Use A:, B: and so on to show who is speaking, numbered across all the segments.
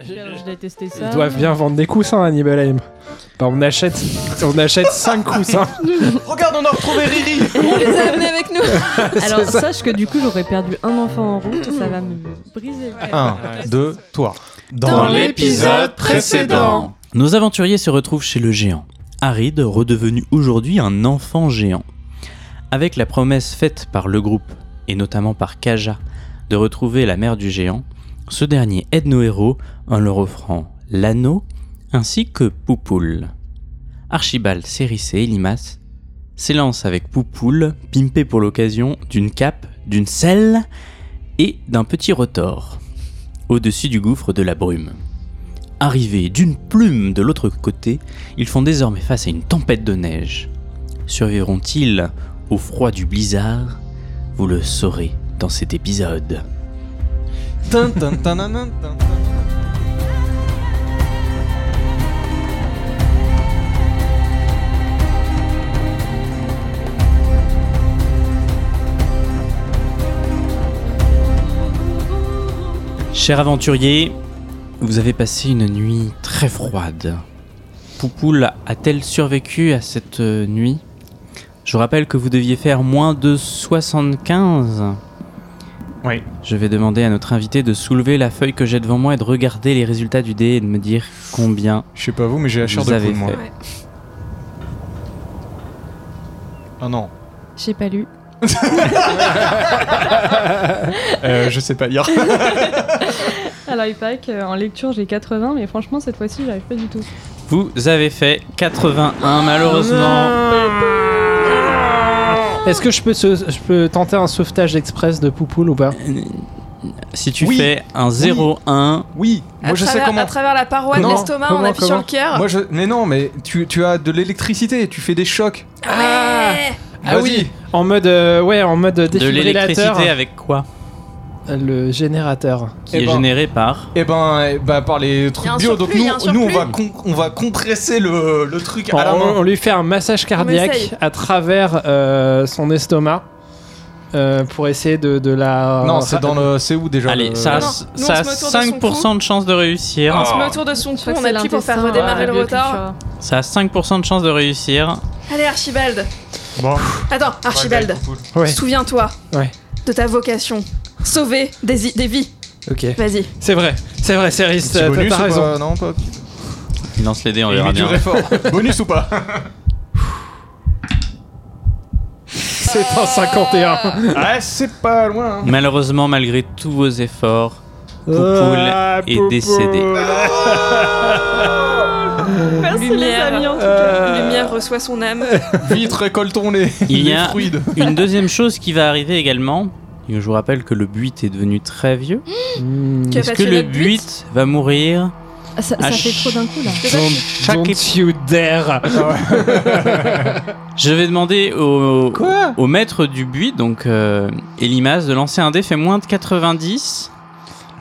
A: Je détesté ça.
B: Ils doivent bien vendre des coussins à Nibelheim. Bah, on achète, on achète 5 coussins.
C: Regarde, on a retrouvé Riri
D: On les a amenés avec nous.
A: C'est
D: Alors,
B: ça.
D: sache que du coup, j'aurais perdu un enfant en route, ça va me briser. le cœur.
C: 1, 2, toi.
D: Dans l'épisode
E: précédent.
F: Nos aventuriers se retrouvent chez le géant, aride, redevenu aujourd'hui un enfant géant. Avec la promesse faite par le groupe, et notamment par Kaja, de retrouver la mère du géant, ce dernier aide nos héros en leur offrant l'anneau ainsi que Poupoule. Archibald, Cérissé et Limace s'élancent avec Poupoule, pimpé pour l'occasion d'une cape, d'une selle et d'un petit rotor, au-dessus du gouffre de la brume. Arrivés d'une plume de l'autre côté, ils font désormais face à une tempête de neige. Survivront-ils au froid du blizzard Vous le saurez dans cet épisode.
C: Tin, tin, tin, nan, nan, tin, tin.
F: Chers aventuriers, vous avez passé une nuit très froide. Poupoule a-t-elle survécu à cette euh, nuit Je rappelle que vous deviez faire moins de 75.
E: Oui.
F: Je vais demander à notre invité de soulever la feuille que j'ai devant moi et de regarder les résultats du dé et de me dire combien
C: Je sais pas vous, mais j'ai la chair
F: Vous
C: de
F: avez
C: poule, moi.
F: fait.
D: Ouais.
C: Ah non.
D: J'ai pas lu.
C: Euh, je sais pas lire.
A: Alors, il paraît qu'en lecture, j'ai 80, mais franchement, cette fois-ci, j'arrive pas du tout.
F: Vous avez fait 81 malheureusement.
B: Est-ce que je peux, se- je peux tenter un sauvetage express de Poupoule ou pas
F: Si tu
C: Oui.
F: fais un 0-1,
C: Oui,
D: À,
C: moi je sais
D: travers,
C: comment.
D: à travers la paroi de
C: Comment
D: l'estomac, on
B: Comment
D: appuie sur
B: Comment
D: le cœur.
C: Moi je... Mais non, mais tu, tu as de l'électricité, tu fais des chocs. Bah,
D: Ouais.
B: Ah oui. En mode, euh, ouais, en mode
F: de
B: défibrillateur.
F: l'électricité avec quoi
B: euh, Le générateur.
F: Qui
C: Eh
F: est
C: ben.
F: généré par.
C: Et ben, eh ben, par les
D: Y a
C: trucs
D: un
C: bio,
D: surplus,
C: donc
D: y a un
C: nous, nous on,
D: surplus.
C: va con- on va compresser le, le truc à la
B: on,
C: main.
B: on lui fait un massage cardiaque
D: essaye.
B: à travers euh, son estomac euh, pour essayer de, de la.
C: Non, c'est dans le. C'est où déjà
F: Allez,
C: le-
F: ça a,
D: euh, Non, non,
F: ça
D: nous, on
F: a
D: se met autour de son Ah.
F: 5% de chance de
C: ah.
F: réussir.
D: On se met autour de son
A: Je
D: cou,
A: crois que
D: on
A: c'est
D: appuie pour faire
A: l'intestin, euh,
D: redémarrer
A: ouais,
D: le rotor.
A: bioculture.
F: Ça a 5% de chance de réussir.
D: Allez, Archibald.
E: Bon.
D: Attends, Archibald.
C: bah,
B: Ouais.
D: Souviens-toi
B: Ouais.
D: de ta vocation. Sauver des, i- des vies.
B: Ok.
D: Vas-y.
B: C'est vrai, c'est vrai, c'est
C: Petit bonus ou
B: T'as raison.
C: pas Non, pas.
F: Il lance les dés, on
C: Il
F: verra
C: est
F: bien.
C: dur et fort. bonus ou pas
B: C'est un 51.
C: Ouais, Ah, c'est pas loin. hein.
F: Malheureusement, malgré tous vos efforts, Poupoule
B: Ah,
F: est
B: Poupoule.
F: décédée.
D: Merci
A: Lumière.
D: les amis en tout cas.
B: Euh.
D: Lumière reçoit son âme.
C: Vite, récoltons les,
F: Il y
C: les
F: a-
C: fruits de-
F: Une deuxième chose qui va arriver également. Je vous rappelle que le buit est devenu très vieux.
B: Mm.
D: Tu as
F: Est-ce
D: pas
F: que
D: tué
F: le
D: notre buit
F: buit va mourir
A: Ah, Ça, ça
F: Ah,
A: fait
F: chut.
A: trop d'un coup là.
B: Don't,
F: Chaque
B: don't
F: ép-
B: you dare.
F: Je vais demander au,
C: Quoi
F: au maître du buis, donc euh, Elimas, de lancer un dé fait moins de 90.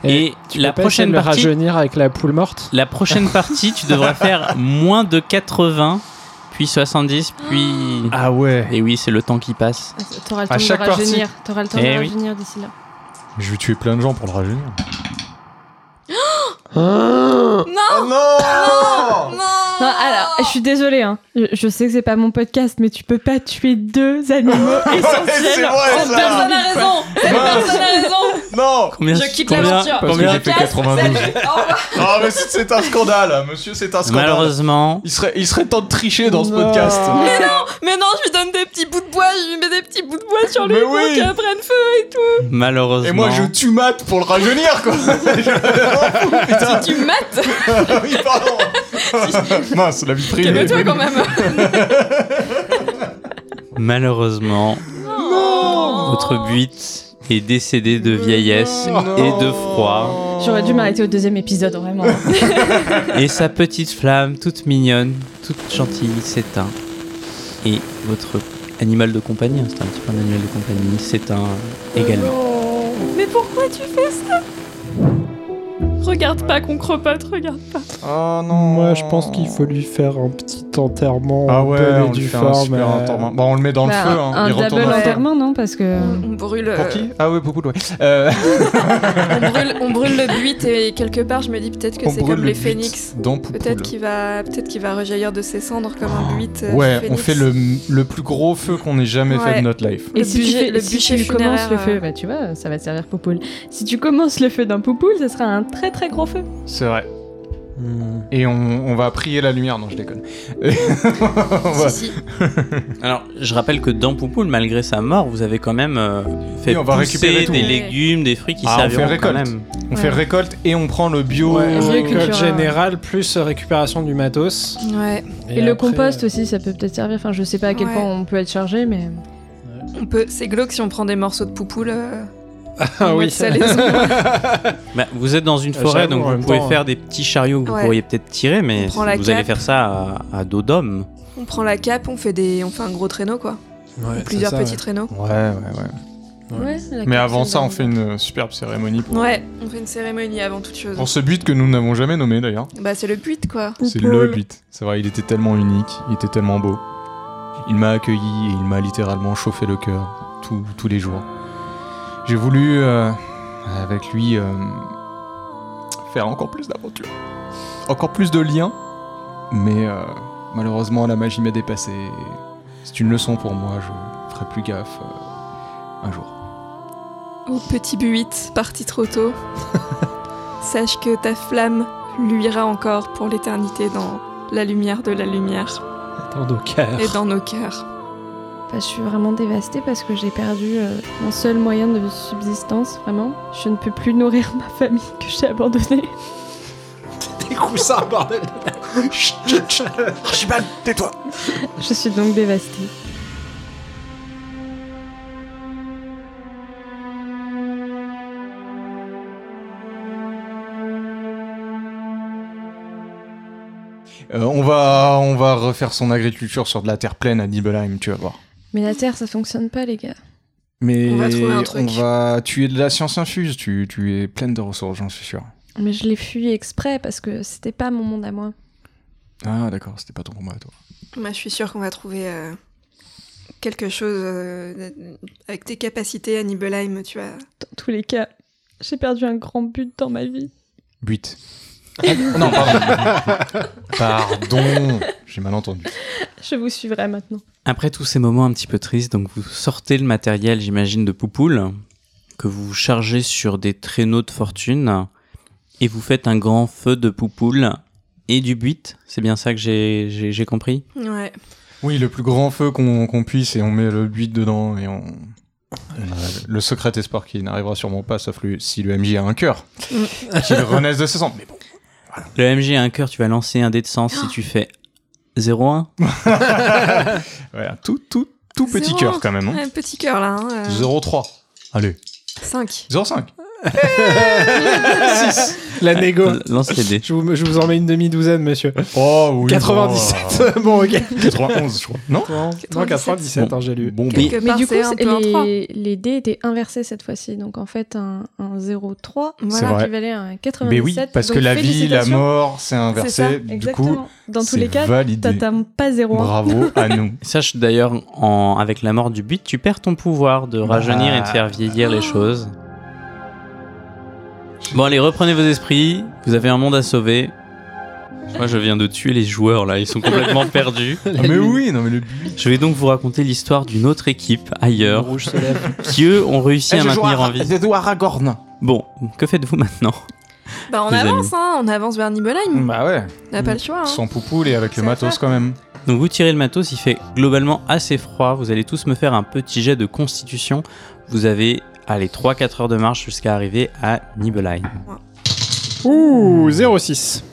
C: Eh,
F: Et,
B: tu
F: la
B: peux pas essayer de
F: prochaine
B: le
F: partie,
B: rajeunir avec la poule morte.
F: la prochaine partie, tu devras faire moins de 80, puis 70, puis.
C: Ah ouais.
F: Et oui, c'est le temps qui passe.
A: Ah, T'auras le
C: À
A: temps de
C: chaque partie.
A: rajeunir. T'auras le temps de
F: Eh oui.
A: rajeunir d'ici là.
C: Je vais tuer plein de gens pour le rajeunir.
B: Ah.
D: Non
C: Oh non
A: Non, alors, je suis désolée, hein. je, je sais que c'est pas mon podcast, mais tu peux pas tuer deux animaux
C: c'est
A: essentiels
C: vrai,
A: en
C: ça.
A: deux
D: Personne n'a
A: minutes.
D: raison
C: Mince
D: Personne n'a raison
C: Non
F: Combien
D: Je quitte
F: combien-
D: l'aventure.
C: Parce que
F: combien-
C: j'ai fait 92.
D: Salut, au revoir.
C: Ah mais c'est c'est un scandale, monsieur, c'est un scandale.
F: Malheureusement,
C: Il serait, il serait temps de tricher dans ce podcast.
D: Mais non Mais non, je lui donne des petits bouts de bois, je lui mets des petits bouts de bois sur lui
C: Mais
D: pour
C: oui.
D: qu'il prenne feu
F: malheureusement.
C: Et moi je tue Matt pour le rajeunir quoi. Putain,
D: Tu mates
C: oui pardon. Mince, la vie privée.
D: Calme-toi quand même
F: Malheureusement,
D: Non
F: votre buit est décédé de vieillesse
C: Oh.
F: et de froid.
A: J'aurais dû m'arrêter au deuxième épisode, vraiment.
F: Et sa petite flamme, toute mignonne, toute gentille, s'éteint. Et votre animal de compagnie, hein, c'est un petit peu un animal de compagnie, s'éteint également.
D: Mais pourquoi tu fais ça Regarde pas qu'on crepote, regarde pas.
C: Oh non.
B: Moi, je pense qu'il faut lui faire un petit enterrement.
C: Ah
B: en
C: ouais,
B: bonne et
C: on lui
B: due
C: fait un
B: forme,
C: super
B: euh,
C: enterrement. Bon, on le met dans
A: Bah,
C: le feu, hein.
A: un
C: il
A: double
C: retourne dans le feu.
A: enterrement, non Parce que.
D: On, on brûle. euh,
C: Pour qui Ah oui, beaucoup de ouais. Euh,
D: on brûle, on brûle le buit et quelque part, je me dis peut-être que
C: on
D: c'est
C: brûle
D: comme
C: le
D: les
C: but
D: phénix.
C: dans Poupoule.
D: Peut-être qu'il va, peut-être qu'il va rejaillir de ses cendres comme un buit. euh,
C: Ouais, on
D: phénix.
C: fait le, le plus gros feu qu'on ait jamais fait
D: Ouais.
C: de notre life.
D: Le
A: Et si tu,
D: bûcher-
A: fais-
D: le
A: si
D: bûcher
A: tu commences le
D: funéraire,
A: feu,
D: euh.
A: bah tu vois, ça va te servir poupoule. Si tu commences le feu d'un poupoule, ça sera un très très gros feu.
C: C'est vrai. Hmm. Et on, on va prier la lumière, non, je déconne. on va-
D: Si, si.
F: Alors, je rappelle que dans Poupoule, malgré sa mort, vous avez quand même euh, fait
C: Oui, on va
F: pousser
C: récupérer tout.
F: des
D: Ouais.
F: légumes, des fruits qui
C: Ah, on fait
F: serviront quand
C: récolte.
F: même.
C: On fait
A: Ouais.
C: récolte et on prend le bio.
B: Ouais,
A: Bio
B: récolte
A: culturel.
B: générale plus récupération du matos.
D: Ouais.
A: Et, le
B: après,
A: compost
B: euh,
A: aussi, ça peut peut-être servir. Enfin, je sais pas à quel
D: Ouais.
A: point on peut être chargé, mais.
D: On peut. C'est glauque si on prend des morceaux de poupoule. euh,
B: Ah
D: on
B: oui,
D: voit ça, les os.
F: Bah, vous êtes dans une
B: Euh,
F: forêt,
B: j'avoue,
F: donc
B: en
F: vous
B: même
F: pouvez
B: temps,
F: faire des petits chariots que vous
D: Ouais.
F: pourriez peut-être tirer, mais
D: On prend la
F: vous allez
D: cape.
F: faire ça à, à dos d'homme.
D: On prend la cape, on fait des, on fait un gros traîneau quoi.
B: euh, ouais, c'est
D: Plusieurs
B: ça,
D: petits traîneaux.
C: Ouais, ouais, ouais.
A: Ouais, c'est la
C: Mais avant ça,
A: capsule
C: on fait une euh, superbe cérémonie pour,
D: Ouais, on fait une cérémonie avant toute chose.
C: pour ce but que nous n'avons jamais nommé d'ailleurs.
D: Bah c'est le buit quoi.
C: C'est le but. C'est vrai, il était tellement unique, il était tellement beau. Il m'a accueilli et il m'a littéralement chauffé le cœur tous- tous les jours. J'ai voulu, euh, avec lui, euh, faire encore plus d'aventures, encore plus de liens, mais euh, malheureusement la magie m'a dépassé. C'est une leçon pour moi, je ferai plus gaffe euh, un jour.
D: Ô petit buit, parti trop tôt. Sache que ta flamme luira encore pour l'éternité dans la lumière de la lumière
B: Tant de cœur.
D: et dans nos cœurs.
A: Bah, je suis vraiment dévastée parce que j'ai perdu euh, mon seul moyen de subsistance, vraiment. Je ne peux plus nourrir ma famille que j'ai abandonnée.
C: Archibald, tais-toi
A: Je suis donc dévastée.
C: Euh, on, va, on va refaire son agriculture sur de la terre pleine à Nibelheim, tu vas voir.
A: Mais la terre, ça fonctionne pas, les gars.
C: Mais
D: On va trouver un truc.
C: on va- tu es de la science infuse, tu, tu es pleine de ressources, j'en suis sûr.
A: Mais je l'ai fui exprès parce que c'était pas mon monde à moi.
C: Ah d'accord, c'était pas ton combat à toi.
D: Moi je suis sûre qu'on va trouver euh, quelque chose euh, avec tes capacités à Nibelheim, tu vois.
A: Dans tous les cas, j'ai perdu un grand but dans ma vie.
C: But. Ah, non, pardon. pardon, j'ai mal entendu.
A: Je vous suivrai maintenant.
F: Après tous ces moments un petit peu tristes, donc vous sortez le matériel, j'imagine, de Poupoule, que vous chargez sur des traîneaux de fortune, et vous faites un grand feu de Poupoule et du buit. C'est bien ça que j'ai- j'ai j'ai compris
D: Ouais.
C: Oui, le plus grand feu qu'on qu'on puisse et on met le but dedans et on... Ah, Le secret espoir qui n'arrivera sûrement pas, sauf le- si le MJ a un cœur.
D: Mm.
C: Qu'il renaisse de ses cendres. Mais bon,
F: Le MG a un cœur, tu vas lancer un dé de sens si tu fais 0-1.
C: ouais, un tout, tout, tout petit
D: Zéro.
C: cœur quand même. Hein.
D: Un petit cœur là. Hein,
C: 0,3. Allez.
D: 5.
C: 0,5.
B: La négo.
F: L- Lance les dés.
B: Je vous, je vous en mets une demi-douzaine, monsieur.
C: Oh oui.
B: 97. Bon, ok.
C: 91, je crois. Non
B: Non, 97, hein, j'ai lu.
C: Bon,
F: Oui.
D: Quelque
A: Mais
D: part,
A: du coup,
D: c'est un peu un trois.
A: les, les dés étaient inversés cette fois-ci. Donc en fait, un, un 0,3
D: Voilà.
C: vrai.
A: équivalait à un 97.
C: Mais oui, parce
A: Donc
C: que la vie, la
A: félicitations.
C: mort, c'est inversé.
D: C'est ça,
C: du
A: Exactement.
C: coup,
A: Dans tous
C: c'est
A: les cas,
C: validé.
A: t'atteins pas 0,1.
C: Bravo à nous.
F: Sache d'ailleurs, en- avec la mort du but, tu perds ton pouvoir de rajeunir et de faire vieillir les choses. Bon, allez, reprenez vos esprits. Vous avez un monde à sauver. Moi, je viens de tuer les joueurs là, ils sont complètement perdus.
C: Ah, mais oui, non mais le but.
F: Je vais donc vous raconter l'histoire d'une autre équipe
B: Le
F: ailleurs
B: rouge se lève.
F: qui eux ont
B: Eh,
F: réussi à maintenir en vie.
C: Aragorn.
F: Bon, que faites-vous maintenant
D: Bah on
F: Les
D: avance, hein, on avance vers Nibelheim.
C: Bah ouais.
D: On n'a pas le choix. Hein.
C: Sans poupoule et avec
D: C'est
C: le matos
D: ça.
C: quand même.
F: Donc vous tirez le matos, il fait globalement assez froid. Vous allez tous me faire un petit jet de constitution. Vous avez allez 3-4 heures de marche jusqu'à arriver à Nibelheim.
B: Ouh, 06.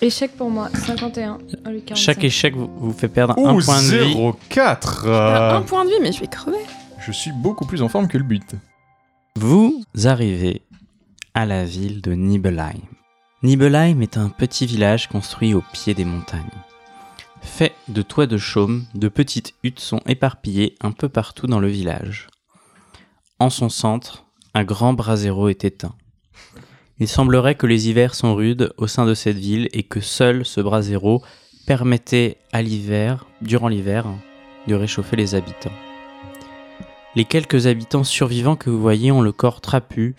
A: Échec pour moi, 51. Oh, le 45.
F: Chaque échec vous, vous fait perdre un
C: Ouh,
F: point de vie.
C: 0,4.
D: Ah,
C: euh,
D: Un point de vie, mais je vais crever.
C: Je suis beaucoup plus en forme que le but.
F: Vous arrivez à la ville de Nibelheim. Nibelheim est un petit village construit au pied des montagnes. Fait de toits de chaume, de petites huttes sont éparpillées un peu partout dans le village. En son centre, un grand brasero est éteint. Il semblerait que les hivers sont rudes au sein de cette ville et que seul ce bras zéro permettait à l'hiver, durant l'hiver, de réchauffer les habitants. Les quelques habitants survivants que vous voyez ont le corps trapu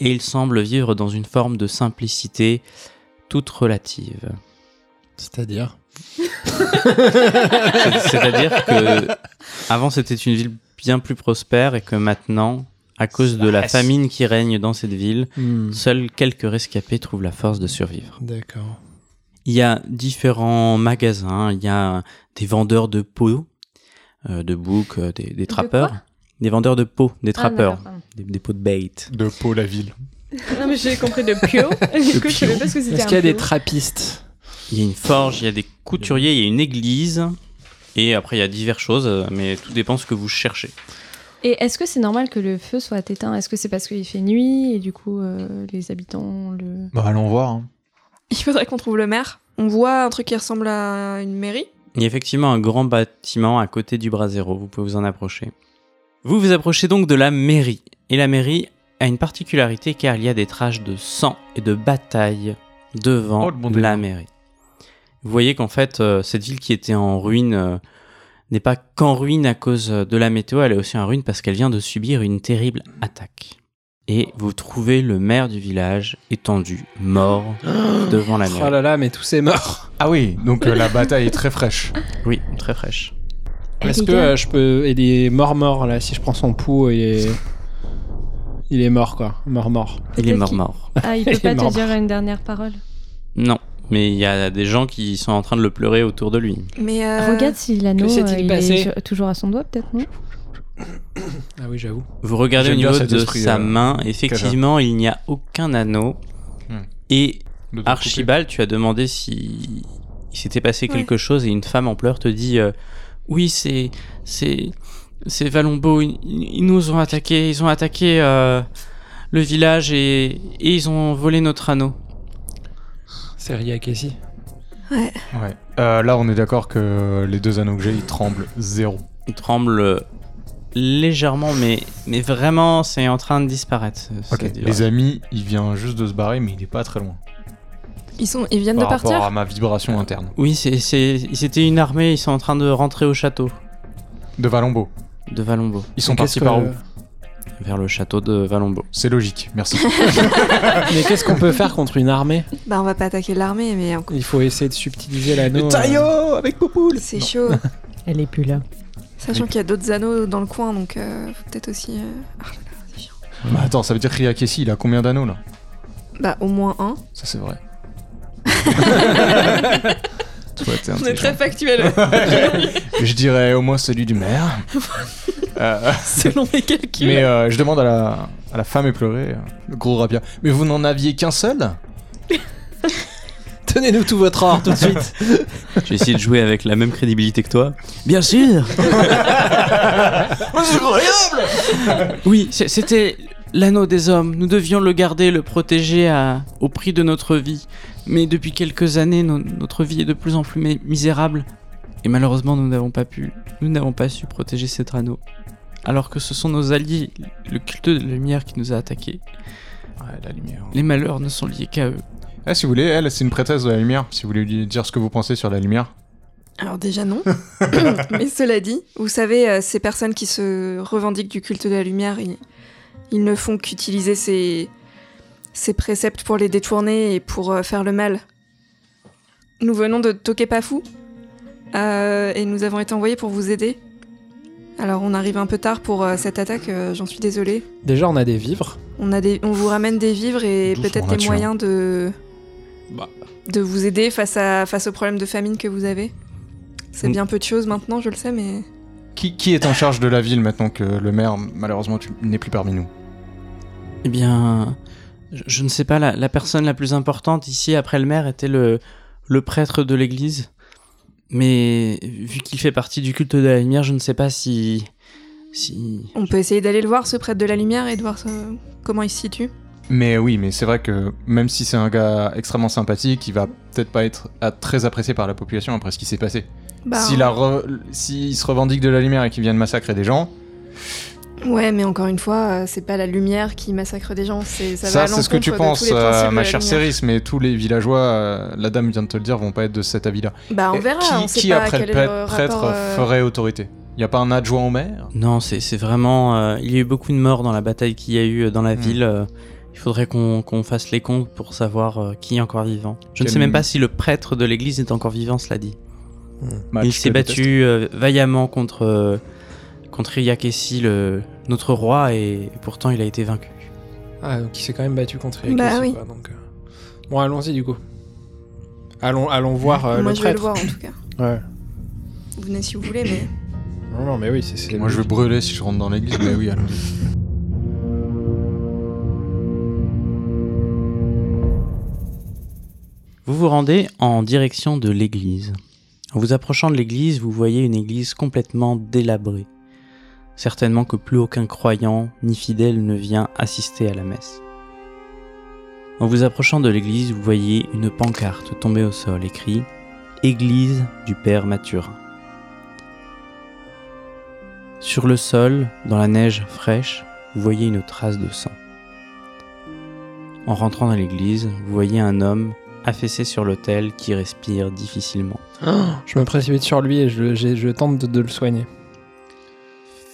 F: et ils semblent vivre dans une forme de simplicité toute relative.
B: C'est-à-dire
F: C'est- C'est-à-dire que avant c'était une ville bien plus prospère et que maintenant, à cause de la famine qui règne dans cette ville,
B: Hmm.
F: seuls quelques rescapés trouvent la force de survivre.
B: D'accord.
F: Il y a différents magasins, il y a des vendeurs de peaux, euh, de boucs, euh, des, des trappeurs. des vendeurs de peaux,
A: Ah,
F: des trappeurs, des, des peaux de bait.
C: De Pau la ville.
A: Non, mais j'ai compris le pio. du coup, je savais pas ce que c'était.
B: Est-ce
A: un
B: qu'il y a des
A: pio.
B: trappistes
F: Il y a une forge, il y a des couturiers, il y a une église. Et après, il y a diverses choses, euh, mais tout dépend ce que vous cherchez.
A: Et est-ce que c'est normal que le feu soit éteint Est-ce que c'est parce qu'il fait nuit et du coup euh, les habitants le.
C: Bah allons voir. hein.
D: Il faudrait qu'on trouve le maire. On voit un truc qui ressemble à une mairie.
F: Il y a effectivement un grand bâtiment à côté du brasero, vous pouvez vous en approcher. Vous vous approchez donc de la mairie. Et la mairie a une particularité car il y a des traces de sang et de bataille devant
C: Oh, le bon
F: la
C: délire.
F: mairie. Vous voyez qu'en fait, euh, cette ville qui était en ruine euh, n'est pas qu'en ruine à cause euh, de la météo, elle est aussi en ruine parce qu'elle vient de subir une terrible attaque. Et vous trouvez le maire du village étendu, mort, devant la
B: Oh
F: mairie.
B: là là, mais tous est mort.
C: Ah oui, donc euh, la bataille est très fraîche.
F: Oui, très fraîche.
D: Ah,
A: Eh,
B: Est-ce
A: les
B: que
A: gars.
B: euh, je peux. Il est mort mort là, si je prends son pouls, il est. Il est mort quoi, mort mort.
F: Il est
A: Peut-être
F: mort
A: qu'il-
F: mort.
A: Ah, il peut
B: Il est
A: pas te
B: mort.
A: dire une dernière parole.
F: Non, mais il y a des gens qui sont en train de le pleurer autour de lui.
D: Mais euh,
A: Regarde si l'anneau
B: que s'est-il
A: euh, il
B: passé
A: est sur- toujours à son doigt, peut-être, non
B: Ah oui, j'avoue.
F: Vous regardez au
C: J'aime bien
F: niveau
C: cet
F: de
C: esprit,
F: sa
C: euh,
F: main, effectivement, il n'y a aucun anneau.
C: Hmm.
F: Et
C: De te
F: Archibald, tu as demandé si il s'était passé quelque chose et une femme en pleurs te dit euh, oui, c'est c'est c'est Valombo, ils, ils nous ont attaqué, ils ont attaqué euh, le village et, et ils ont volé notre anneau.
B: C'est Ria Casey.
C: couper. Ouais. Euh, là, on est d'accord que les deux anneaux que j'ai, ils tremblent zéro.
F: Il tremble légèrement, mais mais vraiment, c'est en train de disparaître. ce- ce village.
C: Les amis, il vient juste de se barrer, mais il est pas très loin.
D: ils, sont, ils viennent
C: Par
D: de
C: rapport
D: partir.
C: à ma vibration interne.
F: Oui, c'est- c'est- c'était une armée, ils sont en train de rentrer au château
C: De Valombo.
F: de Valombo.
C: Ils sont partis par où
F: Vers le château de Valombo.
C: C'est logique, merci.
B: Ah, Mais qu'est-ce qu'on peut faire contre une armée
D: Bah, on va pas attaquer l'armée, mais encore-
B: Il faut essayer de subtiliser l'anneau. euh,
C: avec Poupoule
D: c'est chaud.
G: Elle est plus là.
D: Sachant qu'il y a d'autres anneaux dans le coin, donc euh, faut peut-être aussi. euh, ah là là, c'est chiant.
C: Bah attends, ça veut dire que Ria Kessi, il a combien d'anneaux là
D: Bah, au moins un.
C: Ça c'est vrai. Toi,
D: On
C: t'es
D: est
C: intelligent.
D: très factuel.
C: Je dirais au moins celui du maire. Euh,
D: selon mes calculs.
C: mais euh, je demande à la, à la femme éplorée, euh, le gros rapia. Mais vous n'en aviez qu'un seul
B: Tenez-nous tout votre or tout de suite.
F: J'ai essayé de jouer avec la même crédibilité que toi. Bien sûr Oui, c'est- c'était l'anneau des hommes. Nous devions le garder, le protéger à- au prix de notre vie. Mais depuis quelques années, no- notre vie est de plus en plus mi- misérable. Et malheureusement, nous n'avons pas pu, nous n'avons pas su protéger cet anneau. Alors que ce sont nos alliés, le culte de la lumière qui nous a attaqués.
C: Ouais, la lumière.
F: Les malheurs ne sont liés qu'à eux.
C: Eh, si vous voulez, elle, c'est une prêtresse de la lumière. Si vous voulez lui dire ce que vous pensez sur la lumière.
D: Alors déjà non. Mais cela dit, vous savez, euh, ces personnes qui se revendiquent du culte de la lumière, ils, ils ne font qu'utiliser ces, ces préceptes pour les détourner et pour euh, faire le mal. Nous venons de Tokepafou euh, et nous avons été envoyés pour vous aider. Alors on arrive un peu tard pour euh, cette attaque, euh, j'en suis désolée.
B: Déjà, on a des vivres.
D: On, a des, on vous ramène des vivres et
C: Doucement
D: peut-être des
C: là-dessus, hein.
D: moyens de,
B: Bah.
D: de vous aider face, à, face au problème de famine que vous avez. C'est
F: Mm.
D: bien peu de choses maintenant, je le sais, mais
C: Qui, qui est en charge de la ville maintenant que le maire, malheureusement, tu- n'est plus parmi nous
F: Eh bien, je, je ne sais pas, la, la personne la plus importante ici après le maire était le, le prêtre de l'église. Mais vu qu'il fait partie du culte de la lumière, je ne sais pas si. si...
D: on peut essayer d'aller le voir, ce prêtre de la lumière, et de voir ce- comment il se situe.
C: Mais oui, mais c'est vrai que même si c'est un gars extrêmement sympathique, il va peut-être pas être à- très apprécié par la population après ce qui s'est passé.
D: Bah,
C: S'il a re- S'il se revendique de la lumière et qu'il vienne massacrer des gens,
D: Ouais, mais encore une fois, euh, c'est pas la lumière qui massacre des gens. c'est- Ça,
C: Ça,
D: va à
C: c'est ce que tu
D: l'encontre de tous
C: penses,
D: les
C: euh,
D: principes de
C: ma
D: la
C: chère
D: lumière.
C: Céris, mais tous les villageois, euh, la dame vient de te le dire, vont pas être de cet avis-là.
D: Bah, on
C: Et
D: verra.
C: Qui,
D: on sait
C: qui,
D: pas
C: après
D: quel
C: le
D: est
C: prêtre,
D: rapport, euh,
C: ferait autorité Il n'y a pas un adjoint au maire
F: Non, c'est c'est vraiment. euh, il y a eu beaucoup de morts dans la bataille qu'il y a eu euh, dans la
C: Hmm.
F: ville. euh, il faudrait qu'on qu'on fasse les comptes pour savoir euh, qui est encore vivant. Je ne
C: Quel-
F: sais même pas si le prêtre de l'église est encore vivant, cela dit.
C: Bah,
F: il
C: je te
F: s'est
C: déteste.
F: battu euh, vaillamment contre, euh, contre Iakesi, le notre roi, et, et pourtant il a été vaincu.
B: Ah, donc il s'est quand même battu contre Yakesi,
D: Bah oui.
B: quoi, donc, euh. Bon, allons-y du coup. Allons, allons voir euh,
D: Moi,
B: le
D: je vais le
B: prêtre.
D: voir en tout cas.
B: Ouais.
D: Vous venez si vous voulez, mais.
B: Non, non, mais oui, c'est- c'est.
C: Moi, je vais brûler si je rentre dans l'église, mais oui, allons
F: Vous vous rendez en direction de l'église. En vous approchant de l'église, vous voyez une église complètement délabrée. Certainement que plus aucun croyant ni fidèle ne vient assister à la messe. En vous approchant de l'église, vous voyez une pancarte tombée au sol écrit Église du Père Mathurin. Sur le sol, dans la neige fraîche, vous voyez une trace de sang. En rentrant dans l'église, vous voyez un homme affaissé sur l'autel qui respire difficilement.
B: Ah, je me précipite sur lui et je, j'ai- je tente de, de le soigner.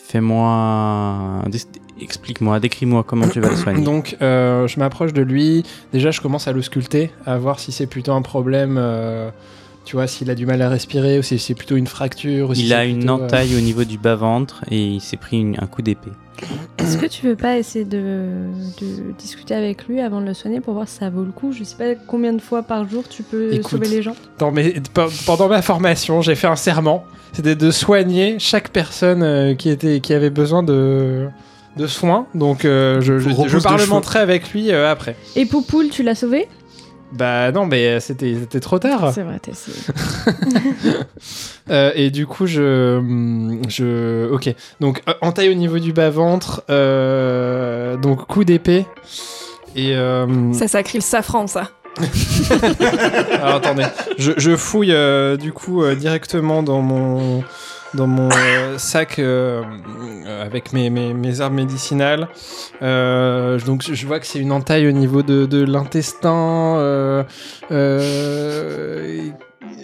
F: Fais-moi. dé- Explique-moi, décris-moi comment tu vas le soigner.
B: Donc, euh, je m'approche de lui. Déjà, je commence à l'ausculter, à voir si c'est plutôt un problème. euh, tu vois, s'il a du mal à respirer ou si c'est plutôt une fracture. ou si
F: il
B: c'est
F: a une
B: plutôt, euh,
F: entaille au niveau du bas-ventre et il s'est pris une- un coup d'épée.
A: Est-ce que tu veux pas essayer de, de discuter avec lui avant de le soigner pour voir si ça vaut le coup Je sais pas combien de fois par jour tu peux
B: Écoute.
A: sauver les gens.
B: Dans mes- pe- pendant ma formation, j'ai fait un serment. C'était de soigner chaque personne euh, qui, était, qui avait besoin de, de soins. Donc euh, je, je,
C: Repousse
B: je
C: de
B: parlementerai avec lui euh, après.
A: Et Poupoule, tu l'as sauvé
B: Bah non, mais euh, c'était c'était trop tard.
A: C'est vrai, t'as essayé.
B: Ah, Euh, et du coup, je. je ok. Donc, euh, entaille au niveau du bas-ventre. euh, donc, coup d'épée. Et.
C: Mm.
B: euh,
D: Ça sacrit le safran, ça.
B: Alors attendez, je, je fouille euh, du coup euh, directement dans mon dans mon euh, sac euh, euh, avec mes, mes, mes armes médicinales. Euh, je- donc je- je vois que c'est une entaille au niveau de, de l'intestin. euh, euh,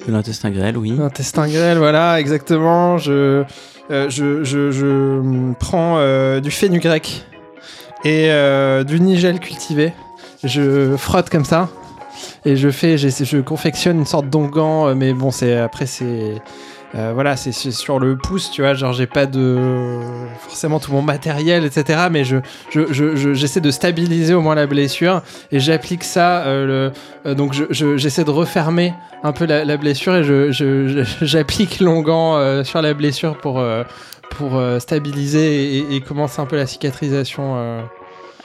F: De l'intestin grêle,
B: Ah.
F: oui.
B: L'intestin grêle, voilà, exactement. Je, euh, je, je, je, mm, prends euh, du grec et euh, du nigel cultivé. Je frotte comme ça et je fais, j'essa- je confectionne une sorte d'onguent, euh, mais bon, c'est après c'est. euh, voilà, c'est c'est sur le pouce, tu vois. Genre, j'ai pas de. forcément tout mon matériel, etc. Mais je j'essaie je, je- j'essaie de stabiliser au moins la blessure et j'applique ça. euh, le, euh, donc, j'essaie je, j'essaie de refermer un peu la, la blessure et je- je- je- j'applique l'onguent euh, sur la blessure pour, euh, pour euh, stabiliser et, et commencer un peu la cicatrisation. euh.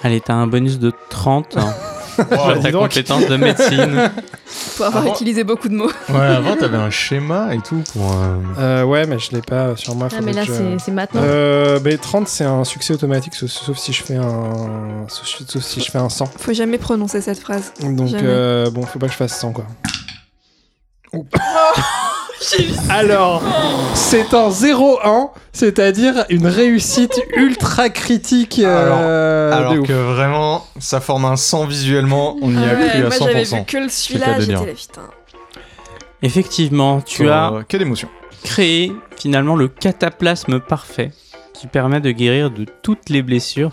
F: Allez, t'as un bonus de 30 hein,
B: Bah,
F: sur
B: dis
F: ta
B: donc.
F: compétence de médecine.
D: Pour avoir
C: Ah bon
D: utilisé beaucoup de mots.
C: Ouais, avant, t'avais un schéma et tout pour.
B: Euh, ouais, mais je l'ai pas sur moi.
A: Ah,
B: faudrait
A: mais là,
B: que je-
A: c'est c'est maintenant.
B: Euh, mais 30 c'est un succès automatique sauf, sauf si je fais un sauf, sauf si je fais un 100
D: Faut jamais prononcer cette phrase.
B: donc
D: Jamais.
B: euh, bon faut pas que je fasse 100 quoi
A: Oh.
D: J'ai vu
B: alors c'est un 0-1 c'est à dire une réussite ultra critique euh, de
C: Alors
B: ouf.
C: que vraiment, ça forme un sang visuellement, on y a cru à
D: Ah moi, j'avais vu
C: 100%.
D: que le
C: qu'à
D: celui-là,
C: délire.
D: j'étais hein. là, putain.
F: Effectivement, tu
B: Oh,
C: Pour,
F: as
C: euh, Que d'émotion.
F: créé finalement le cataplasme parfait qui permet de guérir de toutes les blessures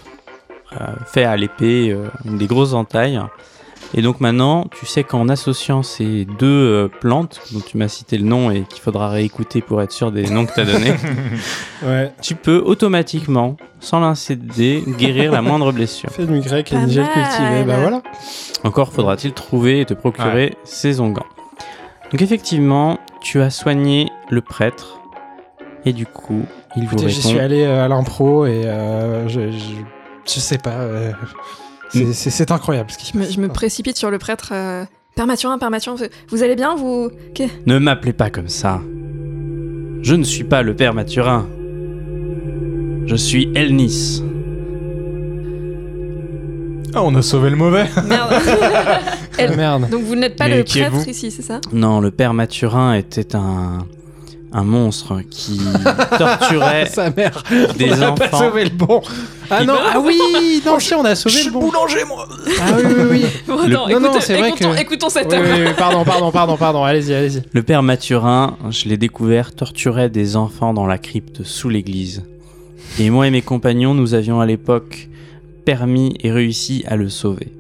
F: euh, faites à l'épée, euh, une des grosses entailles. Et donc maintenant, tu sais qu'en associant ces deux euh, plantes, dont tu m'as cité le nom et qu'il faudra réécouter pour être sûr des noms que tu as donnés,
B: ouais
F: tu peux automatiquement, sans lancer de dés, guérir la moindre blessure.
B: fait du grec et
D: Pas
B: du gel
D: mal.
B: cultivé bah voilà
F: Encore faudra-t-il trouver et te procurer ces onguents. Donc effectivement, tu as soigné le prêtre et du coup, il vous
B: Écoutez,
F: répond...
B: j'y suis allé euh, à l'impro et euh, je, je, je sais pas. euh, c'est- c'est c'est incroyable ce qui se
D: Je me,
B: passe. Ah,
D: je me précipite sur le prêtre. euh, Père Mathurin, Père Mathurin, vous- vous allez bien vous... Qu'est-
F: Ne m'appelez pas comme ça. Je ne suis pas le père Mathurin. Je suis Elnis.
C: Ah, on a sauvé le mauvais
D: Merde. Elle-
B: Merde.
D: Donc vous n'êtes pas
C: Mais
D: le
C: qui êtes-vous
D: prêtre ici, c'est ça
F: Non, le père Mathurin était un un monstre qui torturait
B: Sa mère.
F: des
B: on a pas
F: enfants.
B: sauvé le bon. Ah
F: Il-
B: non, ah oui, non, si, on a sauvé le bon.
E: boulanger, moi
B: Ah oui, oui, oui.
D: Bon,
F: Le-
D: attends,
B: Non, non,
D: écoute-
B: c'est vrai
D: écoutons,
B: que-
D: écoutons cette
B: Oui,
D: œuvre.
B: oui, oui, pardon, pardon, pardon, pardon. Allez-y, allez-y.
F: Le père Mathurin, je l'ai découvert, torturait des enfants dans la crypte sous l'église. Et moi et mes compagnons, nous avions à l'époque permis et réussi à le sauver.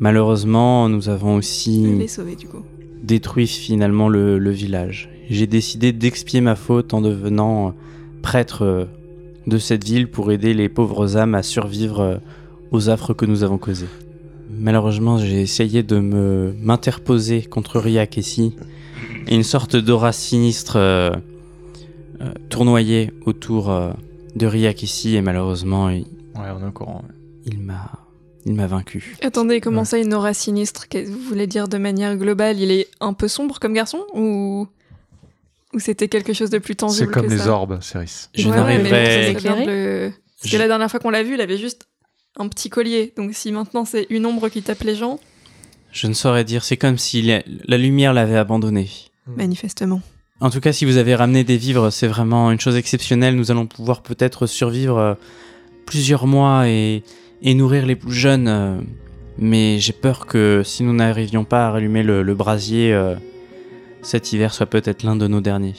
F: Malheureusement, nous avons
D: Je l'ai
F: aussi
D: sauvé du coup.
F: détruit finalement le, le village. J'ai décidé d'expier ma faute en devenant euh, prêtre euh, de cette ville pour aider les pauvres âmes à survivre euh, aux affres que nous avons causées. Malheureusement, j'ai essayé de me m'interposer contre Ria Kessi et une sorte d'aura sinistre euh, euh, tournoyait autour euh, de Ria Kessi et malheureusement, il,
C: Ouais, on est au courant. ouais.
F: il m'a il m'a vaincu.
D: Attendez, comment
C: Ouais.
D: ça une aura sinistre Qu'est-ce que Vous voulez dire de manière globale, il est un peu sombre comme garçon ou ou c'était quelque chose de plus tangible
C: C'est comme
D: que
C: les
D: ça
C: orbes, Céris.
F: Je
D: Ouais,
F: n'arriverai
D: mais
A: pas-
D: ça, ça vient de le- Parce que
F: Je-
D: la dernière fois qu'on l'a vu, il avait juste un petit collier. Donc si maintenant c'est une ombre qui tape les gens,
F: Je ne saurais dire, c'est comme si la- la lumière l'avait abandonné.
D: Mm. manifestement.
F: En tout cas, si vous avez ramené des vivres, c'est vraiment une chose exceptionnelle. Nous allons pouvoir peut-être survivre euh, plusieurs mois et, et nourrir les plus jeunes. euh, Mais j'ai peur que si nous n'arrivions pas à rallumer le, le brasier, euh, cet hiver soit peut-être l'un de nos derniers.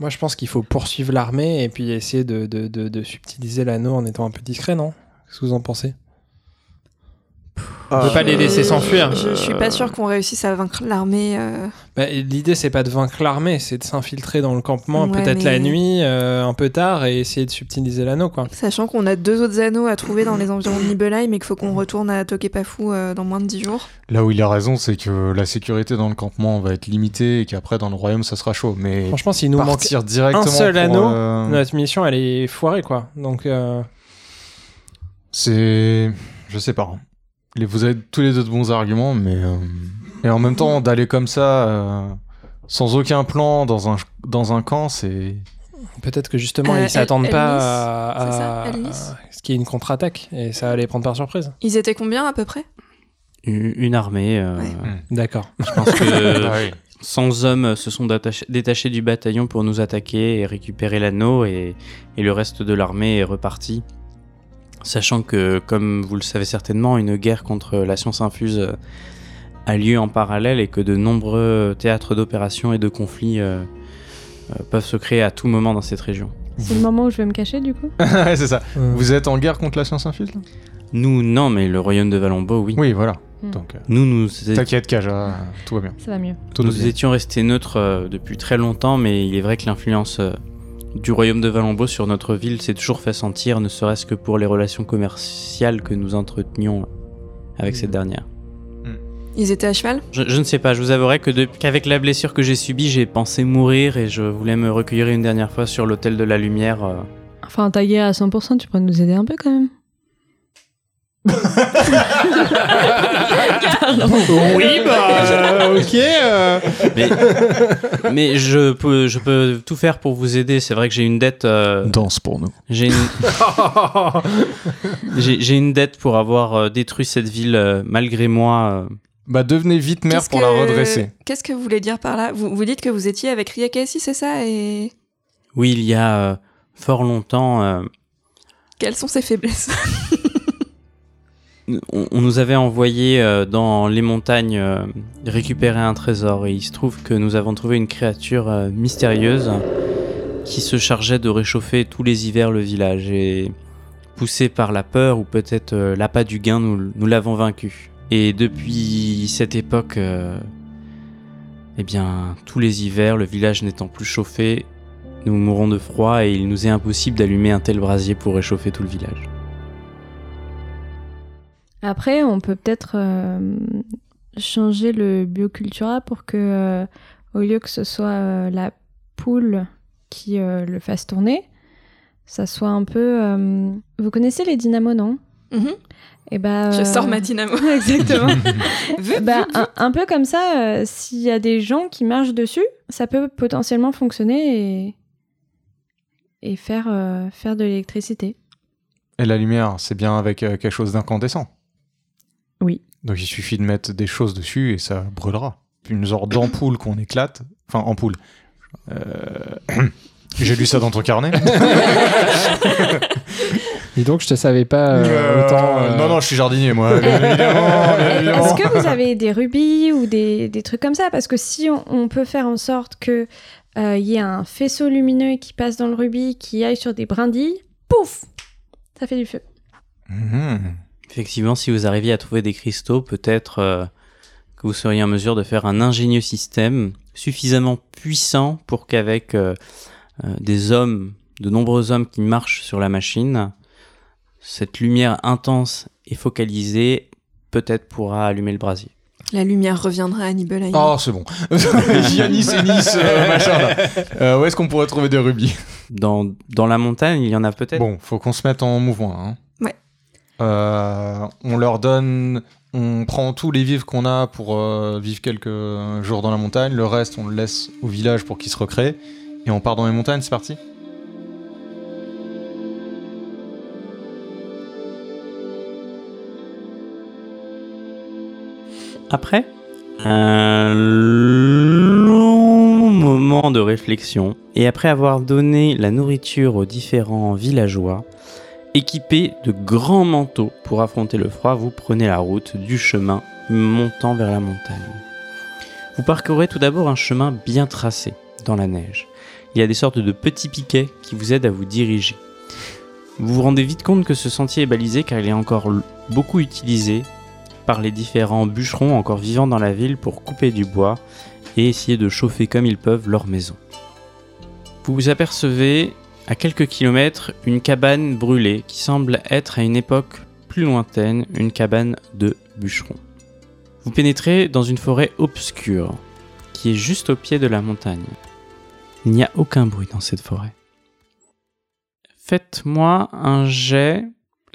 B: Moi, je pense qu'il faut poursuivre l'armée et puis essayer de, de, de, de subtiliser l'anneau en étant un peu discret, non Qu'est-ce que vous en pensez On peut pas les laisser s'enfuir.
D: Euh, Je, je suis pas sûr qu'on réussisse à vaincre l'armée. euh,
B: Bah, L'idée, c'est pas de vaincre l'armée, c'est de s'infiltrer dans le campement,
D: Ouais,
B: peut-être la
D: mais-
B: nuit, euh, un peu tard, et essayer de subtiliser l'anneau, quoi.
D: Sachant qu'on a deux autres anneaux à trouver dans les environs de Nibelheim et qu'il faut qu'on retourne à Tokepafu euh, dans moins de 10 jours.
C: Là où il a raison, c'est que la sécurité dans le campement va être limitée et qu'après, dans le royaume, ça sera chaud. Mais
B: Franchement, s'il nous manque
C: partir directement
B: un seul
C: pour,
B: anneau,
C: euh,
B: notre mission, elle est foirée, quoi. Donc, euh,
C: C'est. Je sais pas. Les- Vous avez tous les deux de bons arguments, mais. euh, Et en même temps, d'aller comme ça, euh, sans aucun plan, dans un, dans un camp, c'est.
B: peut-être que justement,
D: Euh,
B: ils s'attendent
D: El-
B: pas
D: Elnis,
B: à, à-
D: c'est ça, Elnis
B: à ce qu'il y ait une contre-attaque, et ça va les prendre par surprise.
D: Ils étaient combien à peu près
F: Une une armée. euh,
D: Ouais.
B: D'accord.
F: Je pense que
C: Ah oui.
F: 100 hommes euh, se sont détach- détachés du bataillon pour nous attaquer et récupérer l'anneau et, et le reste de l'armée est reparti. Sachant que, comme vous le savez certainement, une guerre contre la science infuse euh, a lieu en parallèle et que de nombreux théâtres d'opérations et de conflits euh, euh, peuvent se créer à tout moment dans cette région.
A: C'est le moment où je vais me cacher du coup.
C: Ouais, c'est ça.
B: Euh,
C: Vous êtes en guerre contre la science infuse là
F: Nous, non, mais le royaume de Valombo, oui.
C: Oui, voilà.
A: Mm.
C: Donc, euh,
F: Nous, nous,
C: t'inquiète, Kaja, tout va bien.
A: Ça va mieux.
C: Tout va
F: Nous
C: bien.
F: étions restés neutres euh, depuis très longtemps, mais il est vrai que l'influence euh, du royaume de Valombo sur notre ville s'est toujours fait sentir, ne serait-ce que pour les relations commerciales que nous entretenions euh, avec cette dernière.
D: Ils étaient à cheval
F: Je, je ne sais pas, je vous avouerai que de- qu'avec la blessure que j'ai subie, j'ai pensé mourir et je voulais me recueillir une dernière fois sur l'autel de la lumière. euh.
A: Enfin, ta guerre à 100%, tu pourrais nous aider un peu quand même.
B: Oui, bah, euh, ok. euh,
F: Mais, mais je, peux, je peux tout faire pour vous aider. C'est vrai que j'ai une dette. euh,
E: Danse pour nous.
F: J'ai une... J'ai- j'ai une dette pour avoir euh, détruit cette ville euh, malgré moi. euh.
C: Bah, devenez vite mère
D: Qu'est-ce
C: pour
D: que-
C: la redresser.
D: Qu'est-ce que vous voulez dire par là vous, vous dites que vous étiez avec Riakasi, c'est ça Et
F: Oui, il y a euh, fort longtemps, euh,
D: quelles sont ses faiblesses
F: on, on nous avait envoyé euh, dans les montagnes euh, récupérer un trésor et il se trouve que nous avons trouvé une créature euh, mystérieuse qui se chargeait de réchauffer tous les hivers le village et poussé par la peur ou peut-être euh, l'appât du gain, nous, nous l'avons vaincu. Et depuis cette époque, euh, eh bien, tous les hivers, le village n'étant plus chauffé, nous mourons de froid et il nous est impossible d'allumer un tel brasier pour réchauffer tout le village.
A: Après, on peut peut-être euh, changer le biocultura pour que, euh, au lieu que ce soit euh, la poule qui euh, le fasse tourner, ça soit un peu. euh, Vous connaissez les dynamos, non
D: Mhm.
A: Et bah,
D: Je
A: euh,
D: sors ma dynamo.
A: Exactement. Bah, un, un peu comme ça, euh, s'il y a des gens qui marchent dessus, ça peut potentiellement fonctionner et, et faire, euh, faire de l'électricité.
C: Et la lumière, c'est bien avec euh, quelque chose d'incandescent.
A: Oui.
C: Donc il suffit de mettre des choses dessus et ça brûlera. Une sorte d'ampoule qu'on éclate. Enfin, ampoule. Euh, J'ai lu ça dans ton carnet.
B: Dis donc, je te savais pas euh,
C: Euh,
B: autant. euh,
C: Non, non, je suis jardinier, moi. Bien évidemment, bien
A: Euh,
C: évidemment.
A: Est-ce que vous avez des rubis ou des, des trucs comme ça Parce que si on, on peut faire en sorte que euh, il y ait un faisceau lumineux qui passe dans le rubis, qui aille sur des brindilles, pouf Ça fait du feu.
C: Mhm.
F: Effectivement, si vous arriviez à trouver des cristaux, peut-être euh, que vous seriez en mesure de faire un ingénieux système suffisamment puissant pour qu'avec euh, euh, des hommes, de nombreux hommes qui marchent sur la machine, cette lumière intense et focalisée peut-être pourra allumer le brasier.
D: La lumière reviendra à Nibelheim.
C: Oh, c'est bon. Yanis et Nice, euh, machin. là. Euh, où est-ce qu'on pourrait trouver des rubis
F: Dans, dans la montagne, il y en a peut-être.
C: Bon, faut qu'on se mette en mouvement. hein.
D: Ouais.
C: Euh, on leur donne. On prend tous les vivres qu'on a pour euh, vivre quelques jours dans la montagne. Le reste, on le laisse au village pour qu'il se recrée. Et on part dans les montagnes, c'est parti
F: Après un long moment de réflexion, et après avoir donné la nourriture aux différents villageois, équipés de grands manteaux pour affronter le froid, vous prenez la route du chemin montant vers la montagne. Vous parcourez tout d'abord un chemin bien tracé dans la neige. Il y a des sortes de petits piquets qui vous aident à vous diriger. Vous vous rendez vite compte que ce sentier est balisé car il est encore l- beaucoup utilisé par les différents bûcherons encore vivants dans la ville pour couper du bois et essayer de chauffer comme ils peuvent leur maison. Vous vous apercevez, à quelques kilomètres, une cabane brûlée qui semble être à une époque plus lointaine une cabane de bûcherons. Vous pénétrez dans une forêt obscure qui est juste au pied de la montagne. Il n'y a aucun bruit dans cette forêt. Faites-moi un jet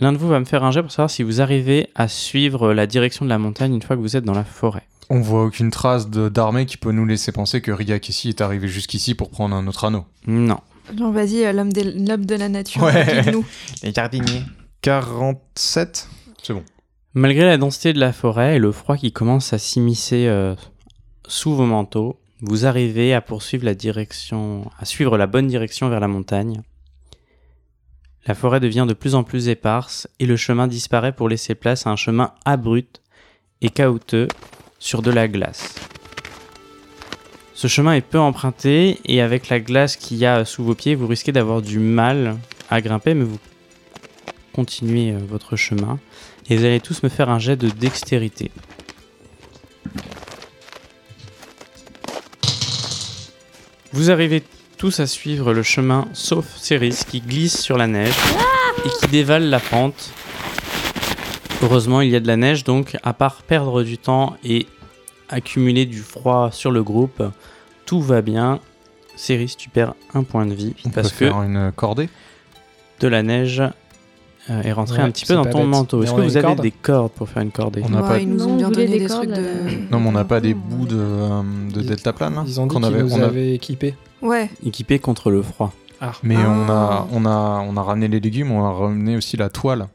F: L'un de vous va me faire un jet pour savoir si vous arrivez à suivre la direction de la montagne une fois que vous êtes dans la forêt.
C: On voit aucune trace de- d'armée qui peut nous laisser penser que Ria Kessi est arrivé jusqu'ici pour prendre un autre anneau.
F: Non.
D: Genre, vas-y, euh, l'homme des- l'homme de la nature,
C: Ouais.
D: guide-nous.
C: Les jardiniers. 47 C'est bon.
F: Malgré la densité de la forêt et le froid qui commence à s'immiscer euh, sous vos manteaux, vous arrivez à poursuivre la direction, à suivre la bonne direction vers la montagne. La forêt devient de plus en plus éparse et le chemin disparaît pour laisser place à un chemin abrupt et caouteux sur de la glace. Ce chemin est peu emprunté et avec la glace qu'il y a sous vos pieds, vous risquez d'avoir du mal à grimper, mais vous continuez euh, votre chemin et vous allez tous me faire un jet de dextérité. Vous arrivez tous à suivre le chemin, sauf Céris qui glisse sur la neige et qui dévale la pente. Heureusement, il y a de la neige, donc à part perdre du temps et accumuler du froid sur le groupe, tout va bien. Céris, tu perds un point de vie
C: On
F: parce
C: peut
F: que
C: faire une cordée
F: de la neige euh, est rentrée
B: Ouais,
F: un petit peu
B: c'est
F: dans
B: pas
F: ton
B: bête.
F: manteau.
B: Mais
F: Est-ce
B: on
F: que
B: a
F: vous
B: une
F: avez
B: corde
F: des cordes pour faire une cordée
C: On n'a
D: Ouais,
C: pas-
D: Ils nous
A: Non,
D: ont
A: on
D: bien
A: voulait
D: donné
A: des
D: des
A: cordes,
D: trucs de.
C: Non, mais on n'a pas des
D: Oh.
A: Non.
C: bouts de, euh, de
B: Ils-
C: deltaplane là
B: Ils ont dit
C: qu'on
B: qu'ils
C: avait-
B: nous
C: on a-
B: avaient équipés.
D: Ouais,
F: équipé contre le froid.
C: Mais
D: Ah.
C: on, a, on, a, on a ramené les légumes, on a ramené aussi la toile,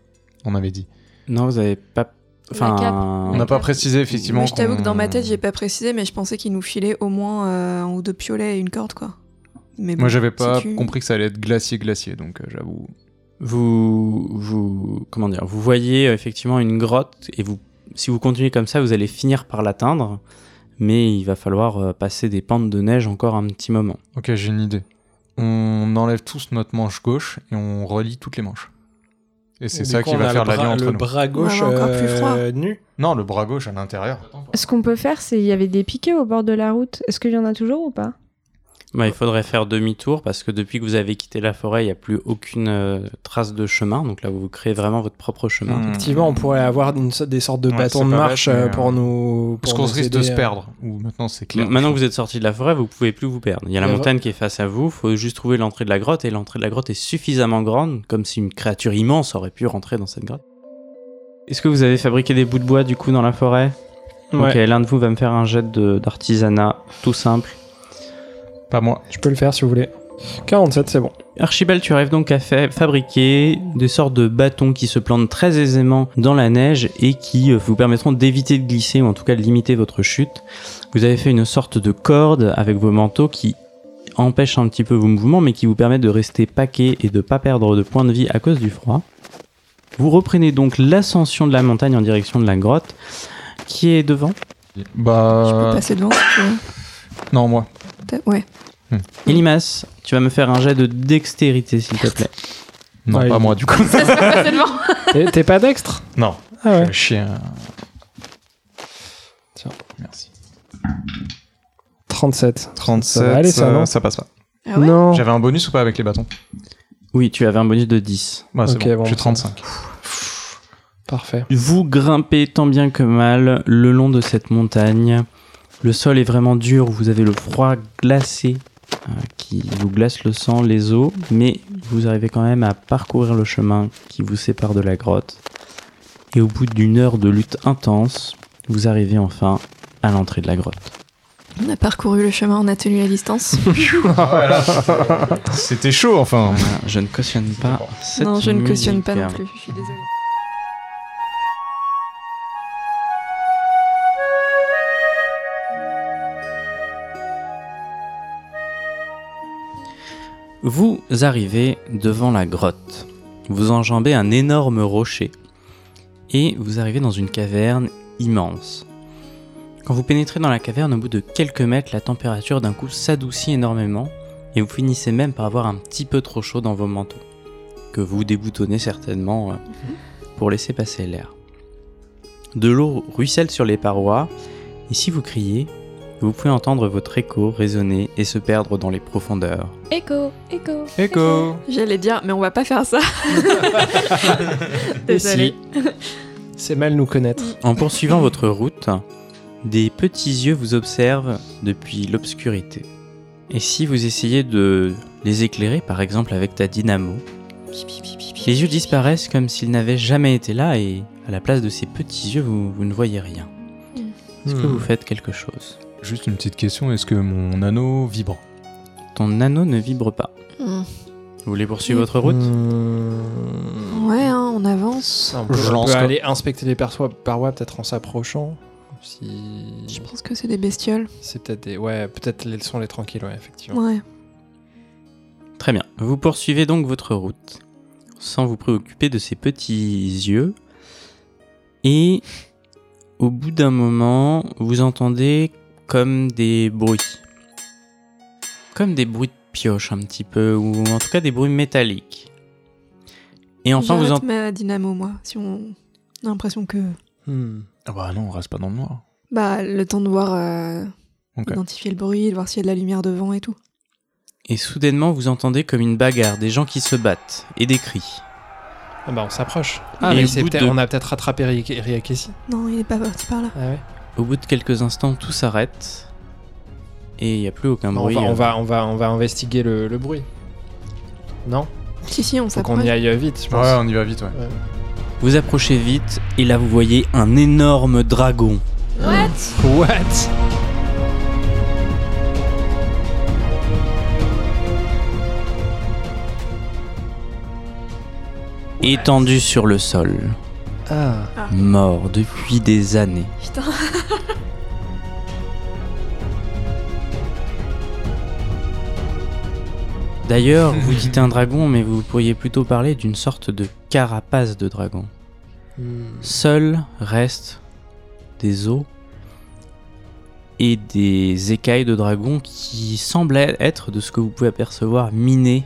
C: on avait dit.
F: Non, vous avez pas. Enfin,
A: La cape.
C: On n'a pas précisé effectivement.
D: mais je t'avoue
C: qu'on-
D: que dans ma tête, j'ai pas précisé, mais je pensais qu'ils nous filaient au moins euh, un ou deux piolets et une corde, quoi. Mais bon,
C: Moi j'avais
D: si
C: pas
D: tu-
C: compris que ça allait être glacier-glacier, donc euh, j'avoue.
F: vous, vous, comment dire, vous voyez euh, effectivement une grotte et vous, si vous continuez comme ça, vous allez finir par l'atteindre, mais il va falloir euh, passer des pentes de neige encore un petit moment.
C: Ok, j'ai une idée. On enlève tous notre manche gauche et on relie toutes les manches. Et c'est
B: Du
C: ça
B: coup,
C: qui
B: on a
C: va faire
B: le
C: la
B: bras-
C: lien entre
B: Le
C: nous.
B: bras gauche
D: On avait encore plus froid.
B: euh, nu.
C: Non, le bras gauche à l'intérieur.
A: Ce qu'on peut faire, c'est il y avait des piquets au bord de la route. Est-ce qu'il y en a toujours ou pas
F: Bah, il faudrait faire demi-tour parce que depuis que vous avez quitté la forêt, il n'y a plus aucune euh, trace de chemin. Donc là, vous créez vraiment votre propre chemin.
C: Hmm.
B: Effectivement, on pourrait avoir une so- des sortes de
C: Ouais,
B: bâtons
C: c'est
B: de
C: pas
B: marche
C: bête, mais,
B: euh, pour
C: euh,
B: nous.
C: Parce
B: pour nous
C: qu'on se risque de
B: aider,
C: se
B: euh,
C: perdre. Ou maintenant c'est clair.
F: Maintenant que vous êtes sorti de la forêt, vous pouvez plus vous perdre. Il y a
B: Et
F: la
B: voilà.
F: montagne qui est face à vous, faut juste trouver l'entrée de la grotte et l'entrée de la grotte est suffisamment grande comme si une créature immense aurait pu rentrer dans cette grotte. Est-ce que vous avez fabriqué des bouts de bois du coup dans la forêt
B: Ouais.
F: Ok, l'un de vous va me faire un jet de- d'artisanat tout simple.
C: Pas moi.
B: Je peux le faire si vous voulez. 47, c'est bon.
F: Archibald, tu arrives donc à fa- fabriquer des sortes de bâtons qui se plantent très aisément dans la neige et qui euh, vous permettront d'éviter de glisser ou en tout cas de limiter votre chute. Vous avez fait une sorte de corde avec vos manteaux qui empêche un petit peu vos mouvements mais qui vous permettent de rester paquet et de pas perdre de points de vie à cause du froid. Vous reprenez donc l'ascension de la montagne en direction de la grotte qui est devant.
C: Bah.
D: Je peux passer devant si tu veux.
C: Non, moi.
D: T'as- Ouais.
F: Elimas, tu vas me faire un jet de dextérité s'il te plaît.
C: Non,
B: Ouais,
C: pas
B: Ah, il-
C: moi, du coup.
D: Ça se peut passer devant.
B: T'es t'es pas dextre
C: Non. hein.
B: Ah ouais.
C: Je suis un chien. Tiens, merci.
B: 37.
C: 37.
B: va aller, ça,
C: euh,
B: non
C: passe pas.
D: Ah ouais
B: Non.
C: J'avais un bonus ou pas avec les bâtons
F: Oui, tu avais un bonus de 10.
C: Bah, c'est
B: Ok,
C: bon.
B: bon.
C: J'ai 35.
B: Parfait.
F: Vous grimpez tant bien que mal le long de cette montagne. Le sol est vraiment dur, vous avez le froid glacé euh, qui vous glace le sang, les os, mais vous arrivez quand même à parcourir le chemin qui vous sépare de la grotte. Et au bout d'une heure de lutte intense, vous arrivez enfin à l'entrée de la grotte.
D: On a parcouru le chemin, on a tenu la distance.
B: Ah,
C: C'était chaud, enfin.
F: Voilà, Euh, je ne cautionne pas cette
D: non, je ne cautionne
F: musique.
D: pas
C: hein.
D: non plus. Je suis désolée.
F: Vous arrivez devant la grotte. Vous enjambez un énorme rocher et vous arrivez dans une caverne immense. Quand vous pénétrez dans la caverne, au bout de quelques mètres, la température d'un coup s'adoucit énormément et vous finissez même par avoir un petit peu trop chaud dans vos manteaux, que vous déboutonnez certainement euh, pour laisser passer l'air. De l'eau ruisselle sur les parois et si vous criez, vous pouvez entendre votre écho résonner et se perdre dans les profondeurs.
A: Echo, echo.
C: Echo
D: J'allais dire, mais on va pas faire ça. Désolée.
B: C'est mal nous connaître.
F: En poursuivant votre route, des petits yeux vous observent depuis l'obscurité. Et si vous essayez de les éclairer, par exemple avec ta dynamo, les yeux disparaissent comme s'ils n'avaient jamais été là et à la place de ces petits yeux, vous, vous ne voyez rien. Est-ce
B: Hmm.
F: que vous faites quelque chose
C: Juste une petite question est-ce que mon anneau vibre
F: Ton anneau ne vibre pas.
D: Hmm.
F: Vous voulez poursuivre votre route
B: Hmm.
D: Ouais, hein, on avance.
B: On peut,
C: Je
B: on
C: lance,
B: peut
C: quoi.
B: aller inspecter les persois- parois peut-être en s'approchant. Si
D: Je pense que c'est des bestioles.
B: c'est peut-être des ouais, peut-être les sont les tranquilles ouais, effectivement.
D: Ouais.
F: Très bien. Vous poursuivez donc votre route, sans vous préoccuper de ces petits yeux. Et au bout d'un moment, vous entendez comme des bruits. Comme des bruits de pioche un petit peu, ou en tout cas des bruits métalliques. Et enfin, vous
D: J'arrête
F: entendez...
D: ma dynamo, moi. Si on on a l'impression que.
B: Hmm.
C: Ah bah non, on reste pas dans le noir.
D: Bah, le temps de voir. euh,
C: Ok.
D: Identifier le bruit, de voir s'il y a de la lumière devant et tout.
F: Et soudainement, vous entendez comme une bagarre, des gens qui se battent, et des cris.
B: Ah bah on s'approche.
F: Ah,
B: Et
F: mais
B: c'est
F: au bout
B: peut-être-
F: de-
B: on a peut-être rattrapé Ri- Riakessi.
D: Non, il est pas parti par là.
B: Ah ouais.
F: Au bout de quelques instants, tout s'arrête. Et il n'y a plus aucun
B: Bon,
F: bruit.
B: on, va,
F: euh,
B: on va on va on va investiguer le, le bruit. Non,
D: Si, si, on
B: faut qu'on
D: s'approche.
B: y aille vite, je pense.
C: Ah Ouais, on y va vite, ouais.
F: Vous approchez vite et là vous voyez un énorme dragon.
A: What
B: What
F: Étendu sur le sol,
B: Ah.
F: mort depuis des années.
D: Putain.
F: D'ailleurs, vous dites un dragon, mais vous pourriez plutôt parler d'une sorte de carapace de dragon.
C: Hmm.
F: Seuls restent des os et des écailles de dragon qui semblaient être, de ce que vous pouvez apercevoir, minées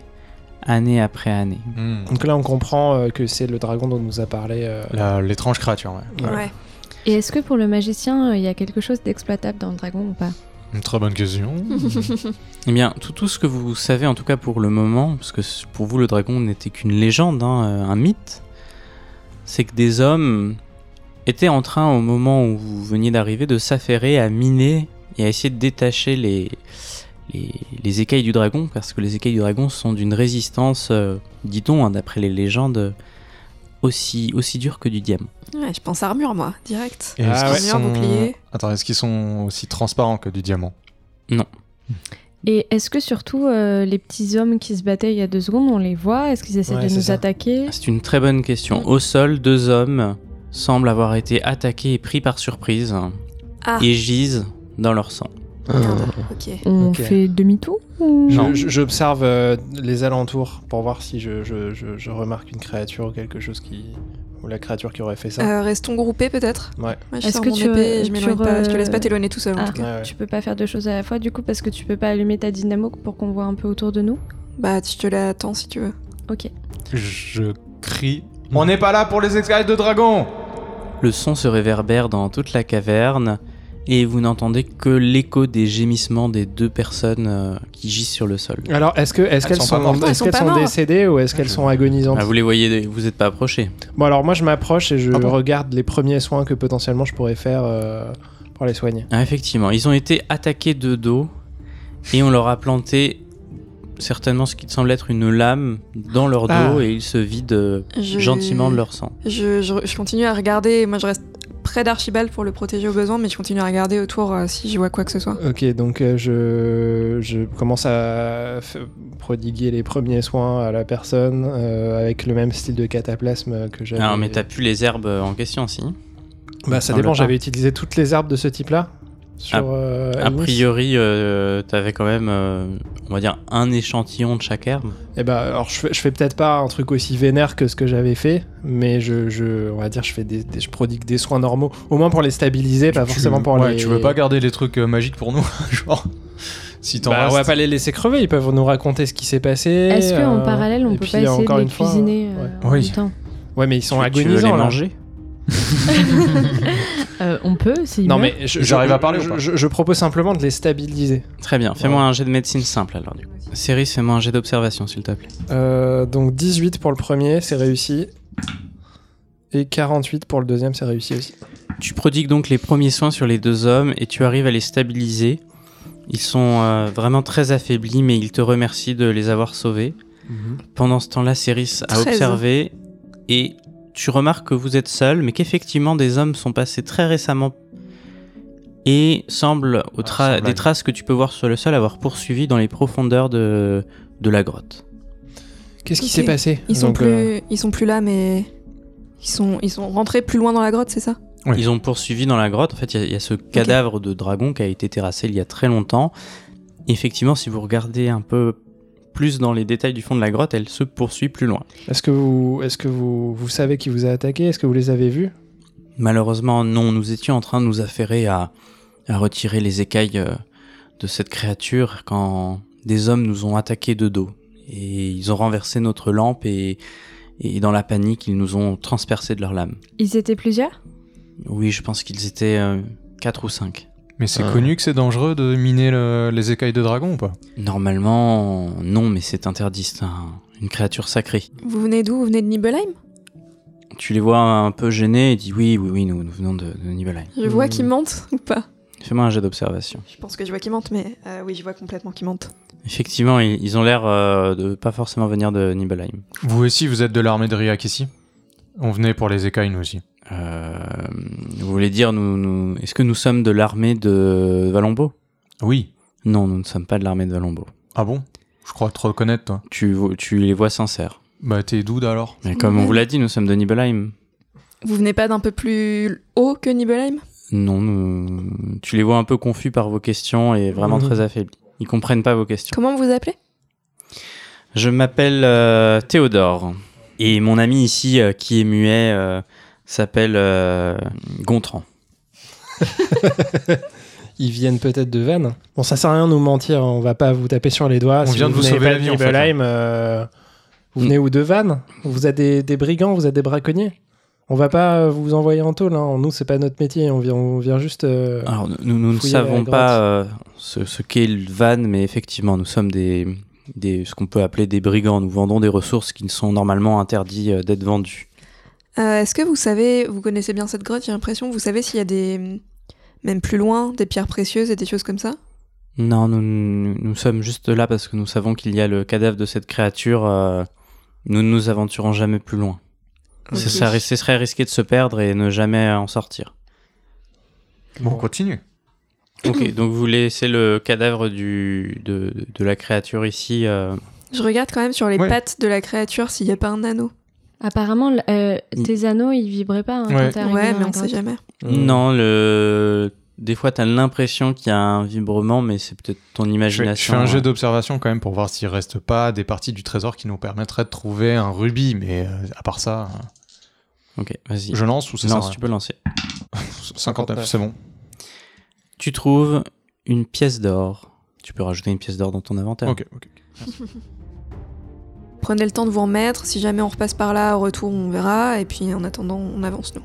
F: année après année.
C: Hmm.
B: Donc là on comprend euh, que c'est le dragon dont nous a parlé euh,
C: La- L'étrange créature, ouais.
B: Ouais.
D: Ouais.
A: Et est-ce que pour le magicien, euh, il y a quelque chose d'exploitable dans le dragon ou pas
C: Une très bonne question.
F: Eh bien, tout, tout ce que vous savez, en tout cas pour le moment, parce que c- pour vous le dragon n'était qu'une légende, hein, euh, un mythe, c'est que des hommes étaient en train, au moment où vous veniez d'arriver, de s'affairer à miner et à essayer de détacher les, les, les écailles du dragon, parce que les écailles du dragon sont d'une résistance, euh, dit-on, hein, d'après les légendes, aussi, aussi dure que du diamant.
D: Ouais, je pense armure, moi, direct.
C: Et est-ce
B: Ah
C: qu'ils
D: Armure,
C: sont...
D: bouclier.
C: Attends, est-ce qu'ils sont aussi transparents que du diamant
A: Et est-ce que surtout euh, les petits hommes qui se battaient il y a deux secondes, on les voit Est-ce qu'ils essaient
B: Ouais,
A: de
B: c'est
A: nous
B: ça.
A: attaquer
F: Ah, C'est une très bonne
D: Mm.
F: question. Au sol, deux hommes semblent avoir été attaqués et pris par surprise
D: Ah.
F: et gisent dans leur sang.
B: Ah.
D: Merde, ok.
A: On
B: Ok.
A: fait demi-tour ou-
B: Je- je- J'observe euh, les alentours pour voir si je, je- je- je remarque une créature ou quelque chose qui. ou la créature qui aurait fait ça.
D: Euh, restons groupés peut-être.
B: Ouais.
D: Moi, je
A: Est-ce
D: sors
A: que
D: mon
A: tu,
D: épée,
A: euh,
D: je
A: tu
D: m'éloigne pas, je te laisse
A: re-
D: pas t'éloigner tout seul en
A: Ah.
D: tout cas.
B: Ouais, ouais.
A: Tu peux pas faire deux choses à la fois du coup parce que tu peux pas allumer ta dynamo pour qu'on voit un peu autour de nous.
D: Bah, je te la tends si tu veux.
A: Ok.
C: Je crie. On n'est pas là pour les escalades de dragon
F: Le son se réverbère dans toute la caverne et vous n'entendez que l'écho des gémissements des deux personnes euh, qui gisent sur le sol.
B: Alors, est-ce que- est-ce
C: Elles
B: qu'elles
C: sont
B: sont,
C: pas mortes.
B: est-ce
D: Elles sont
B: qu'elles
D: pas
B: sont
D: mortes.
B: décédées ou est-ce qu'elles sont agonisantes
F: Ah, vous les voyez, vous n'êtes pas approchés.
B: Bon, alors moi je m'approche et je
C: Ah bon
B: regarde les premiers soins que potentiellement je pourrais faire euh, pour les soigner.
F: Ah, effectivement, ils ont été attaqués de dos et on leur a planté certainement ce qui semble être une lame dans leur dos
B: Ah.
F: et ils se vident euh,
D: Je-
F: gentiment de leur sang.
D: Je, je- je continue à regarder, moi je reste près d'Archibald pour le protéger au besoin, mais je continue à regarder autour euh, si je vois quoi que ce soit.
B: Ok, donc euh, je, je commence à f- prodiguer les premiers soins à la personne euh, avec le même style de cataplasme que j'avais.
F: Alors, Ah, mais t'as plus les herbes euh, en question, si
B: Bah, ça
F: Semble
B: dépend,
F: pas.
B: j'avais utilisé toutes les herbes de ce type-là sur
F: A-
B: euh,
F: A
B: Elnis.
F: priori, euh, t'avais quand même, euh, on va dire, un échantillon de chaque herbe.
B: Eh ben, alors je fais, je fais peut-être pas un truc aussi vénère que ce que j'avais fait, mais je, je- on va dire, je fais des, des- je prodigue des soins normaux, au moins pour les stabiliser, pas
C: Tu-
B: forcément pour
C: ouais,
B: les.
C: Tu veux pas garder les trucs euh, magiques pour nous Genre, si t'en
B: Bah, on va
C: restes-
B: pas les laisser crever, ils peuvent nous raconter ce qui s'est passé.
A: Est-ce que en
B: euh,
A: parallèle on
B: et
A: peut
B: puis,
A: pas essayer de
B: encore
A: les
B: une fois,
A: cuisiner euh,
B: ouais.
A: en
C: Oui.
A: même temps
B: Ouais, mais ils sont
F: Tu- tu veux
B: agonisants.
F: les
B: là.
F: manger
A: Euh, On peut s'il
B: Non
A: meurt.
B: mais je- je-
C: J'arrive à parler ou
B: je-
C: pas
B: je, je propose simplement de les stabiliser.
F: Très bien, fais-moi un jet de médecine simple alors. du coup. Céris, fais-moi un jet d'observation, s'il te plaît.
B: Euh, donc 18 pour le premier, c'est réussi. Et 48 pour le deuxième, c'est réussi aussi.
F: Tu prodigues donc les premiers soins sur les deux hommes et tu arrives à les stabiliser. Ils sont euh, vraiment très affaiblis, mais ils te remercient de les avoir sauvés. Pendant ce temps-là, Céris a
D: 13.
F: observé et tu remarques que vous êtes seul, mais qu'effectivement des hommes sont passés très récemment et semblent, aux
C: Ah,
F: tra-
C: semblable.
F: des traces que tu peux voir sur le sol, avoir poursuivi dans les profondeurs de, de la grotte.
B: Qu'est-ce qui
D: Ok.
B: s'est passé
D: Ils sont,
B: Donc,
D: plus,
B: euh,
D: ils sont plus là, mais ils sont, ils sont rentrés plus loin dans la grotte, c'est ça
C: Oui.
F: Ils ont poursuivi dans la grotte. En fait, il y a- il y, a ce cadavre de dragon qui a été terrassé il y a très longtemps. Effectivement, si vous regardez un peu plus dans les détails du fond de la grotte, elle se poursuit plus loin.
B: Est-ce que vous, est-ce que vous, vous savez qui vous a attaqué Est-ce que vous les avez vus
F: Malheureusement, non, nous étions en train de nous affairer à, à retirer les écailles euh, de cette créature quand des hommes nous ont attaqués de dos. Et ils ont renversé notre lampe et, et dans la panique, ils nous ont transpercé de leur lame.
A: Ils étaient plusieurs
F: Oui, je pense qu'ils étaient euh, quatre ou cinq.
C: Mais c'est
B: Ah.
C: connu que c'est dangereux de miner le- les écailles de dragon ou pas
F: Normalement, non, mais c'est interdit, c'est un- une créature sacrée.
D: Vous venez d'où Vous venez de Nibelheim
F: Tu les vois un peu gênés et dis oui, oui, oui, nous, nous venons de, de Nibelheim.
D: Je vois
B: Hmm.
D: qu'ils mentent ou pas
F: Fais-moi un jet d'observation.
D: Je pense que je vois qu'ils mentent, mais euh, oui, je vois complètement qu'ils mentent.
F: Effectivement, ils, ils ont l'air euh, de pas forcément venir de Nibelheim.
C: Vous aussi, vous êtes de l'armée de Riak ici On venait pour les écailles, nous aussi.
F: Euh, vous voulez dire, nous, nous- est-ce que nous sommes de l'armée de Valombo
C: Oui.
F: Non, nous ne sommes pas de l'armée de Valombo.
C: Ah bon Je crois te reconnaître, toi.
F: Tu, vo- tu les vois sincères.
C: Bah, t'es d'où alors
F: Mais comme on vous l'a dit, nous sommes de Nibelheim.
D: Vous venez pas d'un peu plus haut que Nibelheim
F: Non, nous- tu les vois un peu confus par vos questions et vraiment
B: Mhm.
F: très affaiblis. Ils comprennent pas vos questions.
D: Comment vous vous appelez
F: Je m'appelle euh, Théodore. Et mon ami ici, euh, qui est muet, euh, s'appelle euh, Gontran.
B: Ils viennent peut-être de Vannes. Bon, ça sert à rien de nous mentir. hein. On va pas vous taper sur les doigts.
C: On
B: Si
C: vient de vous
B: venez
C: sauver
B: pas
C: la vie, en fait, hein. Mm.
B: Nibelheim, euh, vous venez où de Vannes Vous êtes des, des brigands, vous êtes des braconniers. On va pas euh, vous envoyer en tôle. hein. Nous, c'est pas notre métier. On vient, on vient juste. euh,
F: Alors, nous, nous ne
B: Fouillez la
F: savons
B: grotte.
F: pas euh, ce, ce qu'est le van, mais effectivement, nous sommes des, des, ce qu'on peut appeler des brigands. Nous vendons des ressources qui ne sont normalement interdites euh, d'être vendues.
D: Euh, Est-ce que vous savez, vous connaissez bien cette grotte, j'ai l'impression, vous savez s'il y a des, même plus loin, des pierres précieuses et des choses comme ça
F: Non, nous, nous, nous sommes juste là parce que nous savons qu'il y a le cadavre de cette créature. euh, nous ne nous aventurons jamais plus loin. Ce
D: Ok.
F: serait- ce serait risqué de se perdre et ne jamais en sortir.
C: Bon, continue.
F: Ok, donc vous laissez le cadavre du, de, de la créature ici. euh,
D: Je regarde quand même sur les
B: Ouais.
D: pattes de la créature s'il n'y a pas un anneau.
A: Apparemment, l- euh,
F: Il-
A: tes anneaux, ils vibraient pas. hein, quand
B: Ouais.
A: t'es arrivé
D: Ouais,
A: dans
D: mais
A: la
D: on sait
A: grotte.
D: jamais.
F: Non, le... des fois, t'as l'impression qu'il y a un vibrement, mais c'est peut-être ton
C: Je fais, je
F: imagination.
C: fais un jeu
F: ouais.
C: d'observation quand même pour voir s'il reste pas des parties du trésor qui nous permettraient de trouver un rubis, mais euh, à part ça, euh,
F: hein. Ok, vas-y.
C: je lance ou ça
F: Lance,
C: sert à
F: tu peux lancer.
C: rien 59, c'est bon.
F: Tu trouves une pièce d'or. Tu peux rajouter une pièce d'or dans ton inventaire.
C: Ok, ok.
D: Prenez le temps de vous remettre. Si jamais on repasse par là, au retour, on verra. Et puis en attendant, on avance, nous.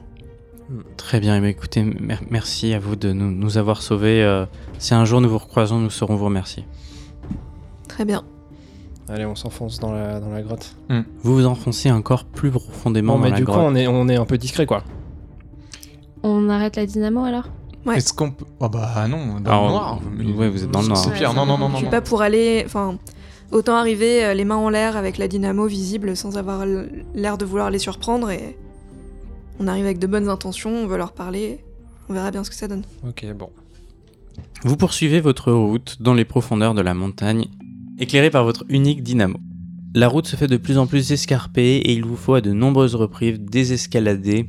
F: Très bien, eh bien, écoutez, mer- merci à vous de nous, nous avoir sauvés. euh, si un jour nous vous recroisons, nous saurons vous remercier.
D: Très bien.
B: Allez, on s'enfonce dans la, dans la grotte.
F: Vous vous enfoncez encore plus profondément
B: Bon,
F: dans
B: mais
F: la
B: du coup,
F: grotte.
B: on est, on est un peu discret, quoi.
A: On arrête la dynamo alors
D: Ouais.
C: Est-ce qu'on peut. Ah bah non, dans
F: Alors,
C: le noir.
F: vous-
C: mais-
F: ouais, vous êtes dans le noir.
C: C'est pire,
D: Ouais,
C: non,
D: ça
C: non,
D: va.
C: non, non.
D: Je suis
C: non.
D: pas pour aller. Enfin, autant arriver euh, les mains en l'air avec la dynamo visible sans avoir l- l'air de vouloir les surprendre. Et on arrive avec de bonnes intentions, on veut leur parler. On verra bien ce que ça donne.
B: Ok, bon.
F: Vous poursuivez votre route dans les profondeurs de la montagne, éclairée par votre unique dynamo. La route se fait de plus en plus escarpée et il vous faut à de nombreuses reprises désescalader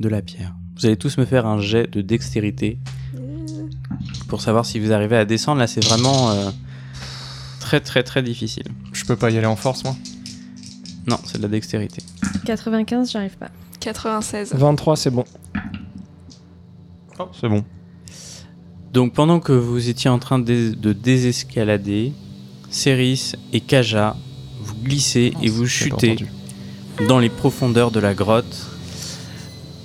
F: de la pierre. Vous allez tous me faire un jet de dextérité pour savoir si vous arrivez à descendre. Là, c'est vraiment euh, très très très difficile.
C: Je peux pas y aller en force, moi.
F: Non, c'est de la dextérité.
A: 95, j'arrive pas.
D: 96.
B: 23, c'est bon.
C: c'est bon.
F: Donc pendant que vous étiez en train de, de désescalader, Céris et Kaja, vous glissez et vous chutez dans les profondeurs de la grotte.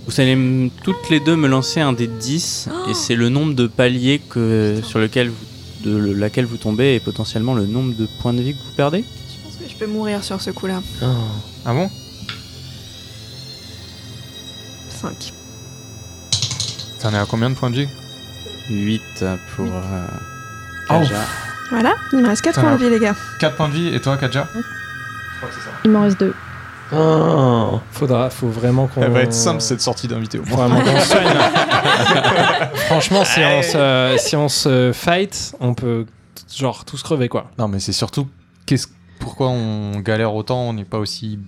F: Vous allez m- toutes les deux me lancer un dé de 10 et c'est le nombre de paliers que, sur lequel vous, de le- laquelle vous tombez et potentiellement le nombre de points de vie que vous perdez.
D: Je pense que je peux mourir sur ce coup-là.
C: Ah bon
D: 5.
C: T'en es à combien de points de vie
F: 8 pour euh,
C: Oh.
F: Kaja.
D: Voilà, il me reste 4
C: Ça
D: points
C: va.
D: de vie, les gars.
C: 4 points de vie et toi, Kaja
A: Il m'en reste deux.
C: Ah.
B: Faudra, faut vraiment qu'on.
C: Elle va être simple cette sortie d'invité au
B: Faut
C: moins.
B: vraiment qu'on se soigne. Franchement, si on, se, si on se fight, on peut t- genre tous crever, quoi.
C: Non, mais c'est surtout qu'est-ce pourquoi on galère autant, on n'est pas aussi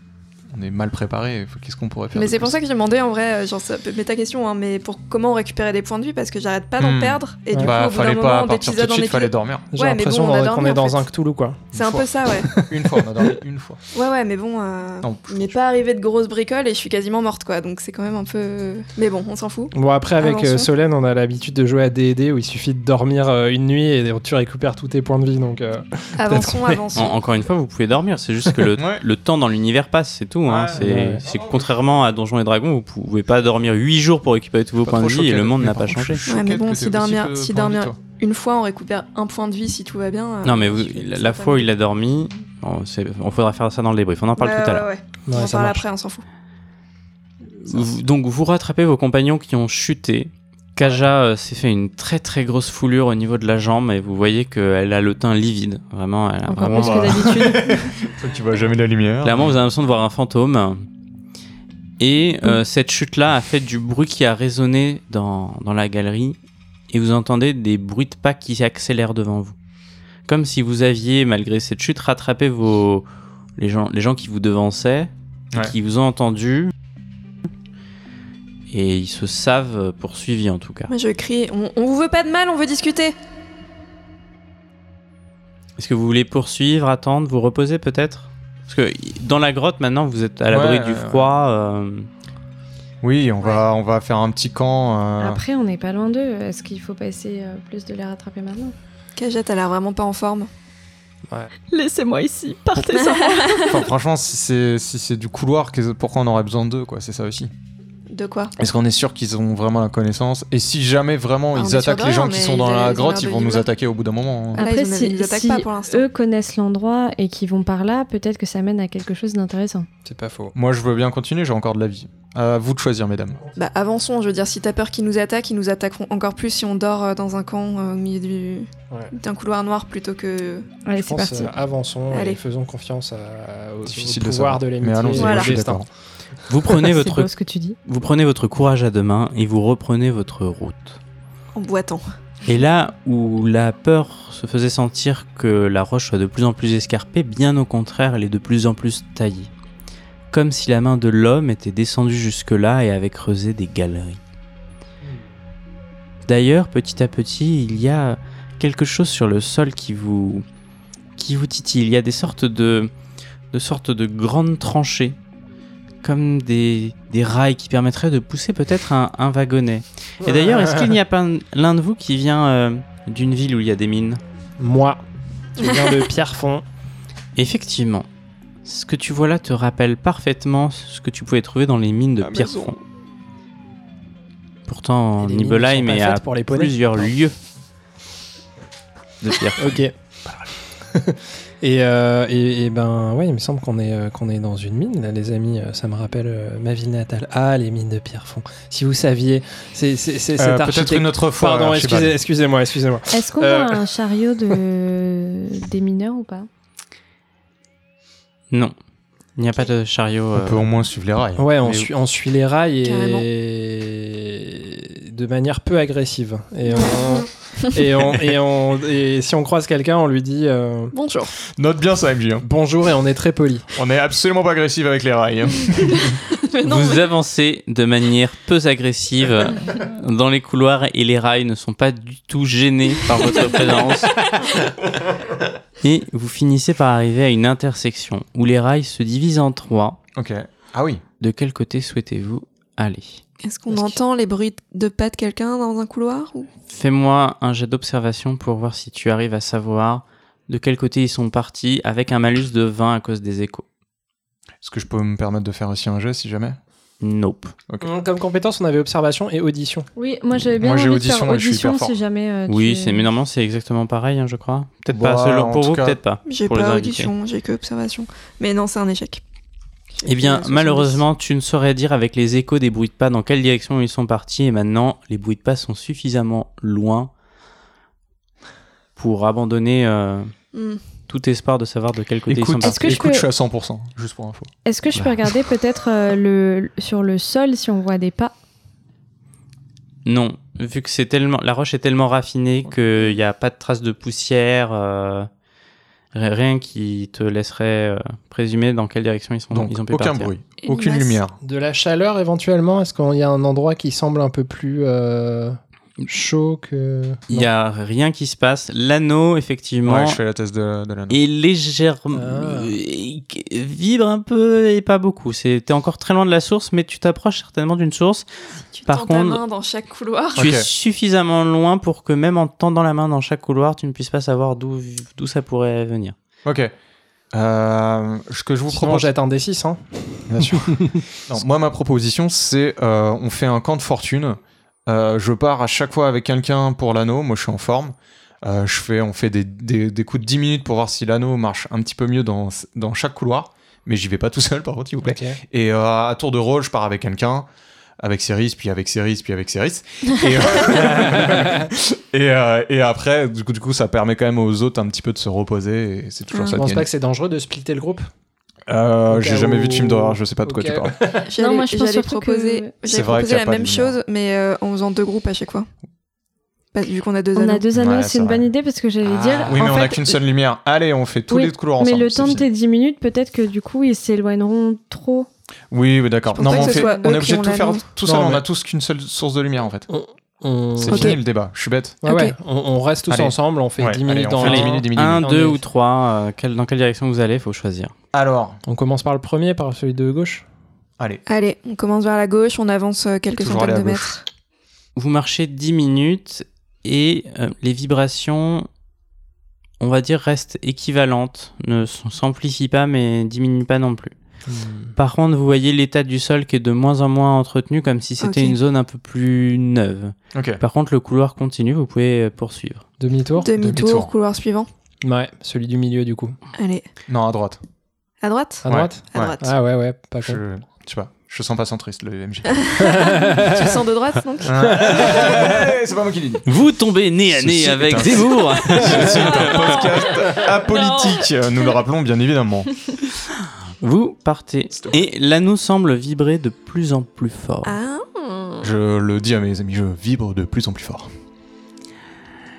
C: on est mal préparé, faut- qu'est-ce qu'on pourrait faire
D: Mais
C: de
D: c'est pour
C: plus
D: ça que j'ai demandé en vrai, euh, genre c'est un peu méta question, hein, mais pour comment récupérer des points de vie parce que j'arrête pas d'en
C: Hmm.
D: perdre et du
C: bah,
D: coup au bout d'un
C: fallait pas
D: moment
C: partir tout
D: d'épisode
C: de
D: en
C: suite, fallait
D: épisode.
C: dormir.
B: J'ai
D: Ouais, mais
B: l'impression
D: bon, on a
B: qu'on-
D: dormi,
B: qu'on est
D: en
B: dans
D: fait.
B: un Cthulhu, quoi.
D: C'est un
C: Une
D: peu ça, ouais.
C: Une fois, on a dormi une fois.
D: Ouais, ouais, mais bon, euh,
C: Non, je-
D: il m'est pas arrivé de grosses bricoles et je suis quasiment morte quoi, donc c'est quand même un peu. Mais bon, on s'en fout.
B: Bon, après, avec
D: Avançons.
B: euh, Solène, on a l'habitude de jouer à DD où il suffit de dormir euh, une nuit et tu récupères tous tes points de vie. Donc, euh,
D: Avançons, avançons.
F: En- encore une fois, vous pouvez dormir, c'est juste que le,
C: Ouais.
F: le temps dans l'univers passe, c'est tout. hein.
C: Ah, Ouais,
F: c'est
B: ouais.
F: c'est que contrairement à Donjons et Dragons, vous pouvez pas dormir 8 jours pour récupérer tous vos
C: Pas
F: points de
C: trop
F: vie
C: choqué,
F: et le monde
C: mais
F: n'a
C: par
F: pas
C: contre,
F: changé.
C: je suis
D: Ouais, mais
C: choqué
D: bon,
C: que
D: si
C: t'aies aussi
D: dormir-
C: peu de
D: si
C: points de vie,
D: dormir-
C: toi.
D: Une fois, on récupère un point de vie si tout va bien. euh,
F: Non, mais vous-
D: je suis
F: la, la
D: certaine.
F: fois où il a dormi, on, c'est- on faudra faire ça dans le débrief, on en parle
D: Bah Ouais,
F: tout à l'heure.
D: ouais, ouais.
B: ouais,
D: On en
B: ça
D: parle
B: marche.
D: après, on s'en fout.
F: Vous- donc vous rattrapez vos compagnons qui ont chuté. Kaja euh, s'est fait une très très grosse foulure au niveau de la jambe et vous voyez qu'elle a le teint livide. Vraiment, elle a
A: Encore
F: Ah, vraiment.
A: plus que d'habitude.
C: Toi, tu vois jamais la lumière.
F: Clairement, vous avez l'impression de voir un fantôme. Et euh, cette chute-là a fait du bruit qui a résonné dans, dans la galerie et vous entendez des bruits de pas qui accélèrent devant vous. Comme si vous aviez, malgré cette chute, rattrapé vos... les, gens, les gens qui vous devançaient, et
C: Ouais.
F: qui vous ont entendu. Et ils se savent poursuivis en tout cas.
D: Moi, je crie on, on vous veut pas de mal, on veut discuter
F: Est-ce que vous voulez poursuivre, attendre, vous reposer peut-être Parce que dans la grotte maintenant, vous êtes à l'abri
C: Ouais,
F: du
C: ouais, ouais.
F: froid. euh,
C: Oui, on va on va faire un petit camp euh,
A: Après, on n'est pas loin d'eux. Est-ce qu'il faut passer euh, plus de les rattraper maintenant
D: Cagette, elle a vraiment pas en forme.
A: Laissez-moi ici, partez sans
C: Enfin, franchement, si c'est si c'est du couloir, qu'est-ce- pourquoi on aurait besoin d'eux, quoi C'est ça aussi.
D: De quoi
C: Est-ce qu'on est sûr qu'ils ont vraiment la connaissance Et si jamais vraiment
D: Ah, on est
C: ils
D: sûr
C: attaquent
D: de
C: les
D: rien,
C: gens qui
D: mais
C: sont
D: ils
C: dans
D: avaient- ils
C: la
D: ont
C: grotte,
D: l'air
C: ils
D: de
C: vont nous
D: vivre.
C: attaquer au bout d'un moment. hein.
D: Ah,
A: Après,
D: ils ont-
A: si,
D: ils attaquent
A: si
D: pas pour l'instant.
A: eux connaissent l'endroit et qu'ils vont par là, peut-être que ça mène à quelque chose d'intéressant.
B: C'est pas faux.
C: Moi, je veux bien continuer, j'ai encore de la vie. Euh, À vous de choisir, mesdames.
D: Bah avançons, je veux dire, si t'as peur qu'ils nous attaquent, ils nous attaqueront encore plus si on dort euh, dans un camp euh, au milieu du-
B: Ouais.
D: d'un couloir noir plutôt que...
A: Allez,
B: Je
A: c'est
B: pense,
A: parti.
B: euh, avançons
D: Allez.
B: et faisons confiance à, au,
C: Difficile
B: au
C: de
B: pouvoir
C: savoir.
B: de
C: Mais
B: l'amitié et
C: allons-y,
B: du
D: Voilà.
C: je suis
B: destin.
C: d'accord.
F: Vous prenez
A: C'est
F: votre
A: beau ce que tu dis.
F: Vous prenez votre courage à deux mains et vous reprenez votre route.
D: en boitant.
F: Et là où la peur se faisait sentir que la roche soit de plus en plus escarpée, bien au contraire, elle est de plus en plus taillée. Comme si la main de l'homme était descendue jusque-là et avait creusé des galeries. D'ailleurs, petit à petit, il y a quelque chose sur le sol qui vous, qui vous titille. Il y a des sortes de, de, sortes de grandes tranchées, comme des, des rails qui permettraient de pousser peut-être un, un wagonnet. Et d'ailleurs, est-ce qu'il n'y a pas un- l'un de vous qui vient euh, d'une ville où il y a des mines
B: Moi, je viens de Pierrefonds.
F: Effectivement. Ce que tu vois là te rappelle parfaitement ce que tu pouvais trouver dans les mines de
B: Ah, mais
F: Pierrefonds. Pourtant,
B: Et les mines ne sont
F: Nibelheim
B: pas
F: est
B: faites
F: à
B: pour les poneys.
F: plusieurs lieux de Pierrefonds.
B: Ok. Et, euh, et, et ben ouais, il me semble qu'on est, euh, qu'on est dans une mine, là, les amis. Euh, Ça me rappelle euh, ma ville natale. Ah, les mines de Pierrefonds. Si vous saviez, c'est c'est- c'est-
C: Euh,
B: cette
C: Peut-être
B: architecte-
C: une autre fois.
B: Pardon,
C: Archibald.
B: excusez- excusez-moi, excusez-moi.
A: Est-ce qu'on
B: Euh.
A: voit un chariot de... des mineurs ou pas
F: Non. Il n'y a pas de chariot.
C: On peut
F: euh,
C: au moins suivre les rails.
B: Ouais, on
F: Mais-
B: suit, on suit les rails
D: Carrément.
B: et de manière peu agressive. Et on, et, on, et, on- et si on croise quelqu'un, on lui dit euh,
D: Bonjour.
C: Note bien ça, MJ. hein.
B: bonjour et on est très poli.
C: On est absolument pas agressif avec les rails. hein.
D: Mais non,
F: vous
D: mais-
F: avancez de manière peu agressive dans les couloirs et les rails ne sont pas du tout gênés par votre présence. Et vous finissez par arriver à une intersection où les rails se divisent en trois.
C: ok. Ah oui.
F: De quel côté souhaitez-vous aller
D: Est-ce qu'on entend les bruits de pas de quelqu'un dans un couloir ou-
F: Fais-moi un jet d'observation pour voir si tu arrives à savoir de quel côté ils sont partis avec un malus de 20 à cause des échos.
C: Est-ce que je peux me permettre de faire aussi un geste si jamais
F: Nope.
B: Comme compétence, on avait observation et audition.
A: Oui, moi j'avais bien
C: Moi, j'ai
A: envie de faire
C: audition et je suis
A: audition
C: hyper fort.
A: si jamais. euh,
F: Oui,
A: tu-
F: c'est mais normalement c'est exactement pareil, hein, je crois. Peut-être pas
C: Bah,
F: selon
C: en
F: pour
C: tout
F: vous,
C: cas-
F: peut-être pas.
D: J'ai
F: pour les
D: pas
F: invités.
D: audition, j'ai que observation. Mais non, c'est un échec. J'ai
F: Eh bien,
D: fait, euh,
F: malheureusement, tu ne saurais dire avec les échos des bruits de pas dans quelle direction ils sont partis. Et maintenant, les bruits de pas sont suffisamment loin pour abandonner euh,
D: 70. Hmm.
F: tout espoir de savoir de quel côté ils sont
C: Écoute,
A: Est-ce
F: partis.
A: que je
C: écoute,
A: peux-
C: je suis à 100%, juste pour info.
A: Est-ce que je
C: Bah.
A: peux regarder peut-être euh, le... sur le sol si on voit des pas
F: Non, vu que c'est tellement, la roche est tellement raffinée qu'il n'y a pas de traces de poussière, euh, ri- rien qui te laisserait euh, présumer dans quelle direction ils sont.
C: Donc,
F: ils ont pu
C: aucun
F: partir.
C: bruit,
D: Et une
C: aucune
D: masse.
C: lumière.
B: De la chaleur éventuellement Est-ce qu'il y a un endroit qui semble un peu plus euh, chaud que.
F: Il n'y a rien qui se passe. L'anneau, effectivement,
C: Ouais, je fais la thèse de, de l'anneau.
F: et légèrement
B: Ah.
F: et- vibre un peu et pas beaucoup. C'est t'es encore très loin de la source, mais tu t'approches certainement d'une source.
D: Tu
F: Par
D: tends ta
F: contre-
D: main dans chaque couloir.
F: Tu
C: Ok.
F: es suffisamment loin pour que même en tendant la main dans chaque couloir, tu ne puisses pas savoir d'où d'où ça pourrait venir.
C: Ok. Euh, ce que je vous
B: Sinon,
C: propose,
B: jette un D6. Hein.
C: bien sûr. Non, moi, ma proposition, c'est euh, on fait un camp de fortune. Euh, je pars à chaque fois avec quelqu'un pour l'anneau. Moi, je suis en forme. Euh, je fais, on fait des, des- des coups de 10 minutes pour voir si l'anneau marche un petit peu mieux dans, dans chaque couloir. Mais j'y vais pas tout seul, par contre, s'il vous plaît. Et euh, à tour de rôle, je pars avec quelqu'un, avec Cerise, puis avec Cerise, puis avec Cerise. Et, euh, et, euh, et après, du coup, du coup, ça permet quand même aux autres un petit peu de se reposer. Et c'est toujours
D: Ah.
B: Mmh. Je
C: ça de
B: pense pas
C: gagner.
B: que c'est dangereux de splitter le groupe.
C: Euh,
B: Au
C: J'ai
B: cas
C: jamais
B: où-
C: vu de film d'horreur, je sais pas de quoi
B: Ok.
C: tu parles.
A: Non,
D: J'allais
A: moi, je pense
D: j'allais
A: surtout
D: proposer,
A: que-
D: j'allais
C: C'est vrai qu'il y
D: proposer
C: a
D: la
C: pas de
D: même
C: lumière.
D: chose, mais euh, en faisant deux groupes à chaque fois. Bah, vu qu'on a deux
A: On a
D: anneaux.
A: deux anneaux,
C: Ouais,
A: c'est
C: c'est
A: une
C: vrai.
A: bonne idée parce que j'allais
C: Ah.
A: dire.
C: oui,
A: en
C: mais on a
A: fait,
C: qu'une seule lumière. Allez, on fait tous
A: Oui,
C: les couloirs
A: Mais
C: ensemble.
A: le
C: c'est
A: temps de
C: fini.
A: tes 10 minutes, peut-être que du coup, ils s'éloigneront trop.
C: Oui, oui, d'accord.
D: Je pense
C: Non,
D: pas
C: mais on,
D: que ce
C: fait-
D: soit
C: on
D: eux
C: est
D: qui
C: obligé de
D: ont
C: tout faire
D: l'anneau.
C: tout seul.
B: Non,
C: on a
B: mais-
C: tous qu'une seule source de lumière en fait.
B: On...
C: C'est
D: Ok.
C: fini le débat. Je suis bête.
B: Ouais,
D: Ok.
B: ouais, on, on reste tous
C: Allez.
B: ensemble, on fait
C: Ouais,
B: 10
C: allez,
B: minutes
C: on
B: dans
C: fait
B: un.
C: les minutes, les minutes.
F: Un,
B: On
F: deux
B: est-
F: ou trois, euh, quel- dans quelle direction vous allez, faut choisir.
C: Alors,
B: On commence par le premier, par celui de gauche.
C: allez.
D: Allez, on commence vers la gauche, on avance euh, quelques
C: Toujours
D: centaines de
C: aller à
D: mètres.
F: vous marchez 10 minutes et euh, les vibrations, on va dire, restent équivalentes, ne s- s'amplifient pas mais diminuent pas non plus.
C: Hmm.
F: Par contre, vous voyez l'état du sol qui est de moins en moins entretenu, comme si c'était
D: Ok.
F: une zone un peu plus neuve.
C: Ok.
F: Par contre, le couloir continue, vous pouvez euh, poursuivre.
B: Demi-tour
D: Demi-tour,
C: demi-tour.
D: couloir suivant.
B: Ouais, celui du milieu du coup.
D: Allez,
C: Non, à droite.
D: à droite
B: À
C: Ouais.
B: droite
D: À
C: Ouais.
D: droite.
B: Ah ouais, ouais, pas con.
C: Je, je sais pas. Je sens pas centriste le MJ.
D: Tu le sens de droite, donc
C: Hey, c'est pas moi qui l'ai dit.
F: Vous tombez nez à
C: Ceci
F: nez
C: est
F: avec
C: un-
F: Zemmour
C: C'est un podcast apolitique, nous le rappelons bien évidemment.
F: Vous partez. Et l'anneau semble vibrer de plus en plus fort.
D: Ah
C: Je le dis à mes amis, je vibre de plus en plus fort.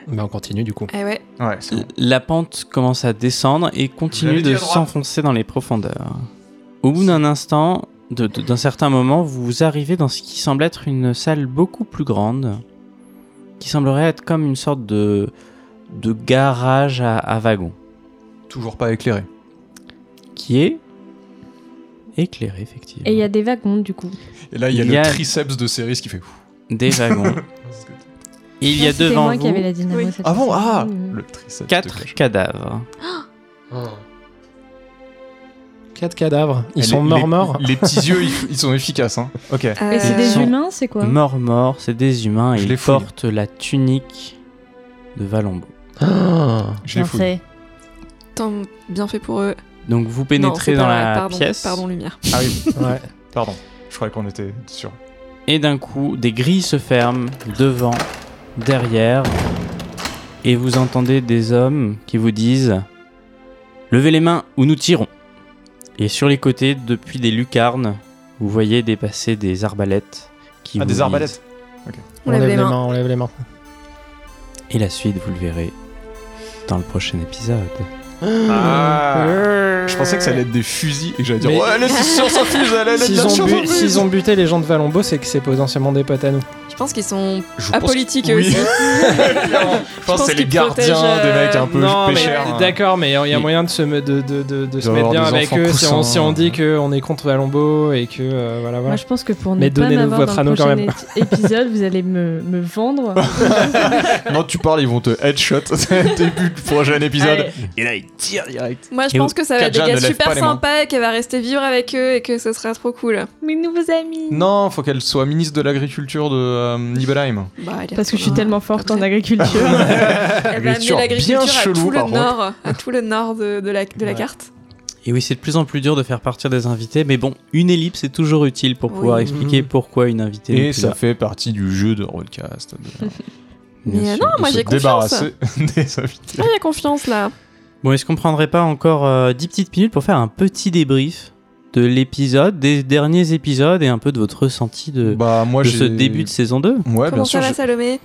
B: Bah, on continue du coup.
D: Eh ouais.
C: Ouais, c'est bon.
F: La pente commence à descendre et continue
C: J'avais dit
F: de
C: à droite.
F: s'enfoncer dans les profondeurs. Au bout d'un instant, de- de- d'un certain moment, vous arrivez dans ce qui semble être une salle beaucoup plus grande, qui semblerait être comme une sorte de, de garage à, à wagon,
C: Toujours pas éclairé.
F: qui est éclairé effectivement.
A: Et il y a des wagons du coup.
C: Et là, il y a
F: Il
C: le
F: y a-
C: triceps de Céris qui fait. ouf.
F: Des wagons. Et il y a
A: Ah, C'était
F: devant
A: moi qui avais
F: vous
A: la dynamo.
D: Oui.
A: cette
C: Ah bon
A: fois-ci.
C: Ah
A: Mmh.
C: Le triceps. de
F: quatre
C: Clash.
F: cadavres.
C: Hmm.
B: Quatre cadavres. Ils
C: Eh,
B: sont
C: les-
B: morts
C: les-
B: morts.
C: Les petits yeux, ils, ils sont efficaces. Hein. Ok.
D: Euh,
A: Et c'est des
F: sont-
A: humains, c'est quoi
F: Mort mort, c'est des humains et
C: Je les
F: ils
C: fouille.
F: portent la tunique de Valombo.
B: Ah.
C: Je les fouille.
A: Parfait.
D: tant bien fait pour eux.
F: Donc vous
D: Non, c'est
F: pénétrez
D: pas
F: dans
D: vrai,
F: la
D: pardon,
F: pièce
D: Pardon, lumière.
C: Ah oui,
B: Ouais.
C: pardon. Je croyais qu'on était sûr.
F: et d'un coup des grilles se ferment devant, derrière et vous entendez des hommes qui vous disent Levez les mains ou nous tirons. Et sur les côtés, depuis des lucarnes, vous voyez dépasser des arbalètes qui
C: Ah,
F: vous
C: des
F: visent.
C: arbalètes.
D: On lève les mains.
B: on lève les mains.
F: Et la suite, vous le verrez dans le prochain épisode.
C: Ah.
B: Euh,
C: Je pensais que ça allait être des fusils et j'allais dire
B: Mais-
C: Ouais, allez, c'est sûr, ça fuse, allez, allez,
B: S'ils
C: bien
B: ont,
C: sûr,
B: bu-
C: ça fuse.
B: s'ils ont buté les gens de Valombo, c'est que c'est potentiellement des potes à nous.
D: Je pense qu'ils sont
C: Je pense-
D: apolitiques eux
C: oui.
D: aussi.
C: Clairement. Je pense que c'est
D: qu'ils
C: les gardiens,
D: protègent,
C: des
D: euh,
C: mecs un peu
B: non, mais
C: pécheurs. hein.
B: d'accord, mais il y a
F: Oui.
B: moyen de se, me- de, de- de- de se
C: doit
B: mettre
C: avoir
B: bien
C: des
B: avec
C: enfants
B: eux si on,
C: coussins.
B: si on dit qu'on est contre Valombo et que euh, voilà
A: Moi,
B: voilà.
A: je pense que pour ne
B: Mais
A: pas
B: donnez-nous
A: m'avoir
B: votre
A: dans le
B: anneau quand
A: prochain
B: même.
A: éti- épisode, vous allez me, me vendre.
C: Non, tu parles, ils vont te headshot. C'est le début du prochain épisode.
A: Allez.
C: Et là, ils tirent direct.
D: Moi, je
F: Et
D: pense
F: au-
D: que ça va être des
C: Kaja ne
D: gars
C: lève pas
D: super
C: les mains.
D: sympas et qu'elle va rester vivre avec eux et que ce sera trop cool.
A: Mes nouveaux amis.
C: Non, faut qu'elle soit ministre de l'agriculture de euh, Nibelheim.
D: Bah, elle est
A: Parce que je suis
D: trop-
A: tellement forte en agriculture.
D: Elle va amener
C: Agriculture
D: l'agriculture
C: bien
D: à
C: chelou,
D: tout le
C: par contre.
D: nord, à tout le nord de, de la, de la
B: Ouais.
D: carte.
F: Et oui, c'est de plus en plus dur de faire partir des invités, mais bon, une ellipse est toujours utile pour
D: Oui.
F: pouvoir expliquer
B: Mhm.
F: pourquoi une invitée n'est
C: Et
F: plus
C: ça
F: là.
C: fait partie du jeu de Rollcast. de-
F: Bien
D: Mais euh,
F: sûr.
D: non, moi
C: se
D: j'ai confiance.
C: débarrasser des invités.
D: Ah, Il y a confiance là.
F: Bon, est-ce qu'on prendrait pas encore euh, 10 petites minutes pour faire un petit débrief de l'épisode, des derniers épisodes et un peu de votre ressenti de,
C: Bah moi
F: de
C: j'ai
F: ce début de saison 2
C: Ouais,
D: Comment
C: bien
D: ça
C: sûr.
D: va,
C: je-
D: Salomé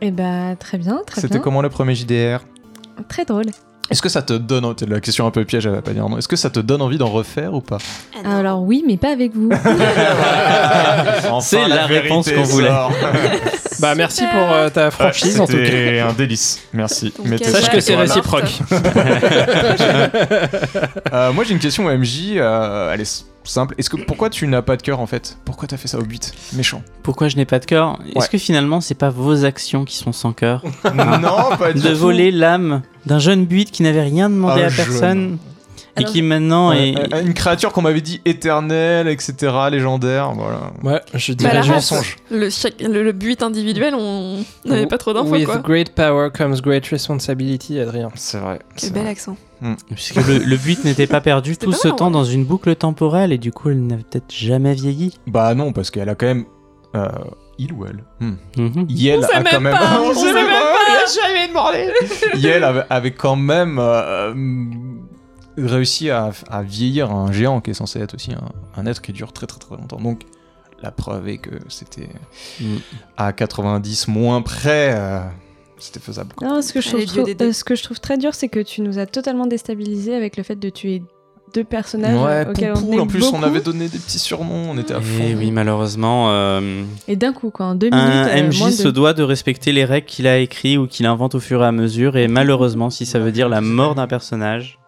A: Et bah, très bien, très
C: C'était
A: bien.
C: comment le premier JDR
A: Très drôle.
C: Est-ce que ça te donne c'est la question un peu piège, elle va pas dire non. Est-ce que ça te donne envie d'en refaire ou pas
A: Alors, oui, mais pas avec vous.
C: Enfin,
F: C'est la
C: vérité
F: réponse qu'on voulait.
C: sort.
B: Bah merci pour euh, ta franchise en tout cas.
C: C'était un délice. Merci.
D: Donc,
C: Mettez
D: euh,
C: ça
B: Sache que c'est
C: sur la
D: Voilà.
B: réciproque.
C: marque. Euh, moi j'ai une question à MJ. euh, elle est s- simple. Est-ce que pourquoi tu n'as pas de cœur en fait Pourquoi t'as fait ça au 8 Méchant.
F: Pourquoi je n'ai pas de cœur
C: Ouais.
F: Est-ce que finalement c'est pas vos actions qui sont sans cœur
C: non, pas du
F: De
C: tout.
F: voler l'âme d'un jeune buit qui n'avait rien demandé
C: Un
F: à personne et
A: Alors-
F: qui maintenant
C: Ouais,
F: est.
C: euh, Une créature qu'on m'avait dit éternelle, etc. Légendaire, voilà.
B: Ouais, je
D: Bah,
B: dirais
D: la race.
B: mensonge.
D: le, chaque- le, le but individuel, on
C: Oh,
D: on n'avait pas trop d'infos
B: With
D: quoi.
B: great power comes great responsibility, Adrien.
C: C'est vrai.
D: Quel bel accent.
F: Puisque le, le but n'était pas perdu tout
D: pas
F: ce
D: mal,
F: temps dans une boucle temporelle et du coup elle n'avait peut-être jamais vieilli.
C: Bah non, parce qu'elle a quand même. euh, il ou elle Hmm.
F: Mhm.
C: Yel
D: sait
C: a
D: même
C: quand même.
D: pas, on sait même
C: jamais demandé Yel avait, avait quand même euh, hum, réussi à, à vieillir un géant qui est censé être aussi un, un être qui dure très très très longtemps. Donc la preuve est que c'était Hmm.
F: Mm.
C: à 90 moins près, euh, c'était faisable. quoi.
A: Non, ce que, je trouve
D: Allez, Dieu
A: trop-
D: d'aider.
A: euh, ce que je trouve très dur, c'est que tu nous as totalement déstabilisé avec le fait de tuer deux
D: Ah,
A: personnages
C: ouais,
A: auxquels on
C: Poupoule,
A: est
C: en plus on
A: beaucoup.
C: avait donné des petits surnoms, on était à fond.
F: Eh oui, malheureusement, euh,
A: Et d'un coup, quoi, en deux minutes,
F: un
A: euh,
F: MJ
A: moins
F: se
A: de-
F: doit de respecter les règles qu'il a écrites ou qu'il invente au fur et à mesure, et malheureusement, si ça veut dire la mort d'un personnage,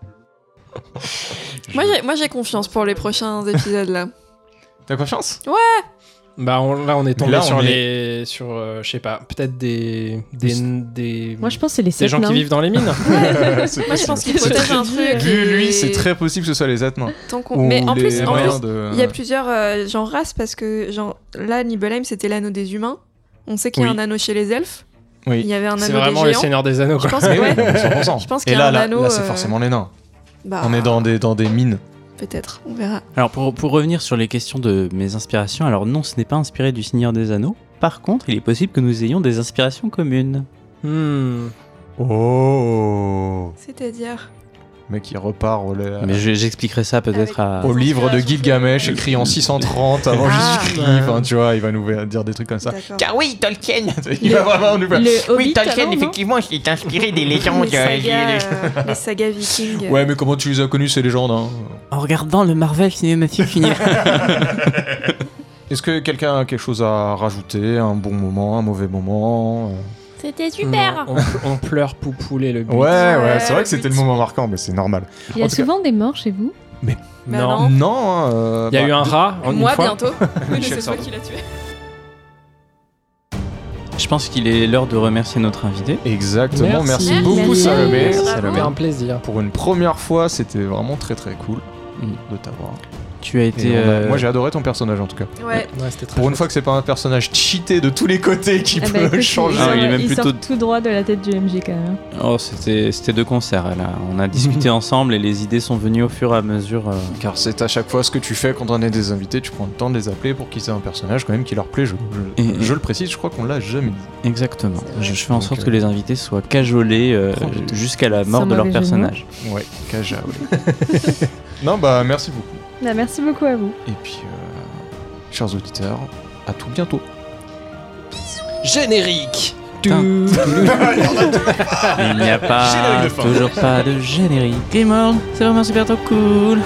D: Moi j'ai- Moi j'ai confiance pour les prochains épisodes là.
C: T'as confiance
B: Bah on- là on est tombé
C: là, on
B: sur
C: est-
B: les sur euh, je sais pas peut-être des des des,
A: Moi, je pense que c'est les
B: des
A: sept
B: gens
A: nains.
B: qui vivent dans les mines.
D: Moi je pense qu'il
C: C'est
D: protège
C: très-
D: un truc.
C: Vu lui,
D: et-
C: c'est très possible que ce soit les Atnins.
D: tant qu'on- Mais en plus, en plus,
C: de...
D: il y a plusieurs euh, genre races parce que genre là Nibelheim c'était l'anneau des humains. On sait qu'il y a
C: Oui.
D: un anneau chez les elfes.
C: Oui.
D: Il y avait un
B: C'est
D: anneau des
B: vraiment le
D: géants.
B: Seigneur des Anneaux.
D: Je
B: Quoi.
D: pense que ouais. Je pense
C: Et
D: qu'il y a
C: là,
D: un
C: là,
D: anneau.
C: là, c'est
D: euh,
C: forcément les nains.
D: bah,
C: On est dans des, dans des mines.
D: Peut-être, on verra.
F: Alors pour, pour revenir sur les questions de mes inspirations, alors non, ce n'est pas inspiré du Seigneur des Anneaux. Par contre, il est possible que nous ayons des inspirations communes.
B: Hmm.
C: Oh
D: C'est-à-dire.
C: Le mec, il repart au, la-
F: Mais je- j'expliquerai ça peut-être à.
C: Euh. au livre de Gilgamesh, écrit en 630 avant
D: Ah.
C: Jésus-Christ. Enfin, tu vois, il va nous dire des trucs comme ça.
D: D'accord.
G: Car oui, Tolkien
C: Il va vraiment nous faire-
A: Le
G: Oui,
A: Hobbit,
G: Tolkien,
A: alors, non
G: effectivement, s'est inspiré des légendes.
D: Les
G: euh,
D: sagas,
G: des-
D: euh, les sagas vikings.
C: Ouais, mais comment tu les as connus, ces légendes hein
F: En regardant le Marvel Cinematic Universe.
C: Est-ce que quelqu'un a quelque chose à rajouter Un bon moment, un mauvais moment euh
H: C'était super
B: On, on pleure Poupoule et le but.
C: Ouais, ouais, c'est vrai
D: le
C: que c'était
D: but.
C: le moment marquant, mais c'est normal.
A: Il y a
C: En tout cas-
A: souvent des morts chez vous
D: Bah
B: non.
D: non.
C: Non, hein, euh,
B: Il y a
C: bah,
B: eu un rat en
D: Moi
B: une fois.
D: bientôt. Mais
B: Michel
D: c'est toi
B: Sardou.
D: qui l'as tué.
F: je pense qu'il est l'heure de remercier notre invité.
C: Exactement, merci,
H: Merci.
C: beaucoup
H: Merci.
C: Salomé.
H: Bravo.
B: C'était
C: Salomé.
B: un plaisir.
C: Pour une première fois, c'était vraiment très très cool hum,
F: Mm.
C: de t'avoir.
F: Tu as
C: Et
F: été.
C: on a-
F: euh,
C: Moi j'ai adoré ton personnage en tout cas.
D: Ouais.
B: Ouais, c'était très
C: Pour une
B: chouette.
C: fois que c'est pas un personnage cheaté de tous les côtés qui
A: Ah bah,
C: peut
A: écoute,
C: changer.
A: il, sort,
F: Ah, il est même
A: il sort
F: plutôt-
A: tout droit de la tête du MJ quand même.
F: Oh, c'était c'était deux concerts là. On a discuté ensemble et les idées sont venues au fur et à mesure. euh.
C: Car c'est à chaque fois ce que tu fais quand on a des invités, tu prends le temps de les appeler pour qu'ils aient un personnage quand même qui leur plaît. Je, je-
F: Et-
C: je le précise, je crois qu'on l'a jamais dit.
F: Exactement.
D: C'est vrai.
F: Je, je fais en sorte
C: Donc, euh,
F: que les invités soient cajolés euh,
C: Oh, putain.
F: jusqu'à la
A: Sans
F: mort de leur
A: mauvais jeu de mots.
F: personnage.
C: Ouais, Kaja, ouais. non, bah merci beaucoup.
A: Bah, merci beaucoup à vous.
C: Et puis, euh, chers auditeurs, à tout bientôt.
B: Générique
F: Putain.
B: Tout-
F: Il n'y a pas
C: Générique de fin.
F: toujours pas de générique. Game c'est vraiment super trop cool.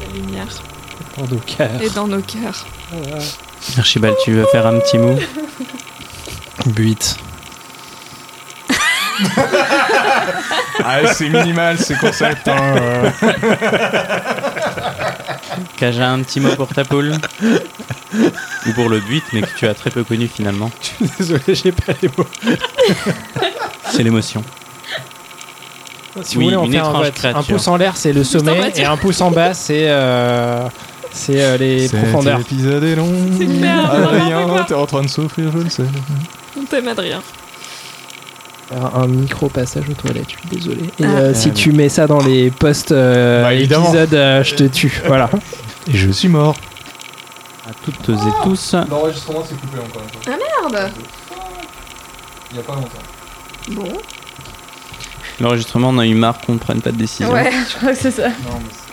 D: La lumière.
B: Dans nos cœurs.
D: Et dans nos cœurs.
F: Archibald, tu veux faire un petit mot
B: But.
C: Ah, c'est minimal ces concepts. hein, euh.
F: Kaja, un petit mot pour ta poule Ou pour le but, mais que tu as très peu connu finalement.
B: Désolé, j'ai pas les mots.
F: C'est l'émotion.
B: Si vous
F: Oui,
B: voulez en
F: une
B: faire un
F: étrange
B: vote, un
F: créature.
B: pouce en l'air, c'est le sommet, et un pouce en bas, c'est euh, c'est euh, les profondeurs.
C: L'épisode est long.
D: C'est clair, vraiment, c'est
C: Adrien,
D: clair.
C: t'es en train de souffrir, je le sais.
D: On t'aime Adrien.
B: un, un micro passage aux toilettes, je suis désolé. Et
D: Ah.
B: euh, si tu mets ça dans les posts euh,
C: Bah, évidemment.
B: épisodes, euh, je te tue. Voilà.
C: Et je suis mort.
F: À toutes et tous.
C: L'enregistrement s'est coupé encore une fois.
D: Merde.
C: Il y a pas longtemps.
D: Bon.
F: L'enregistrement, on a eu marre qu'on ne prenne pas de décision.
D: Ouais.
A: je crois que c'est ça.
C: Non, mais c'est-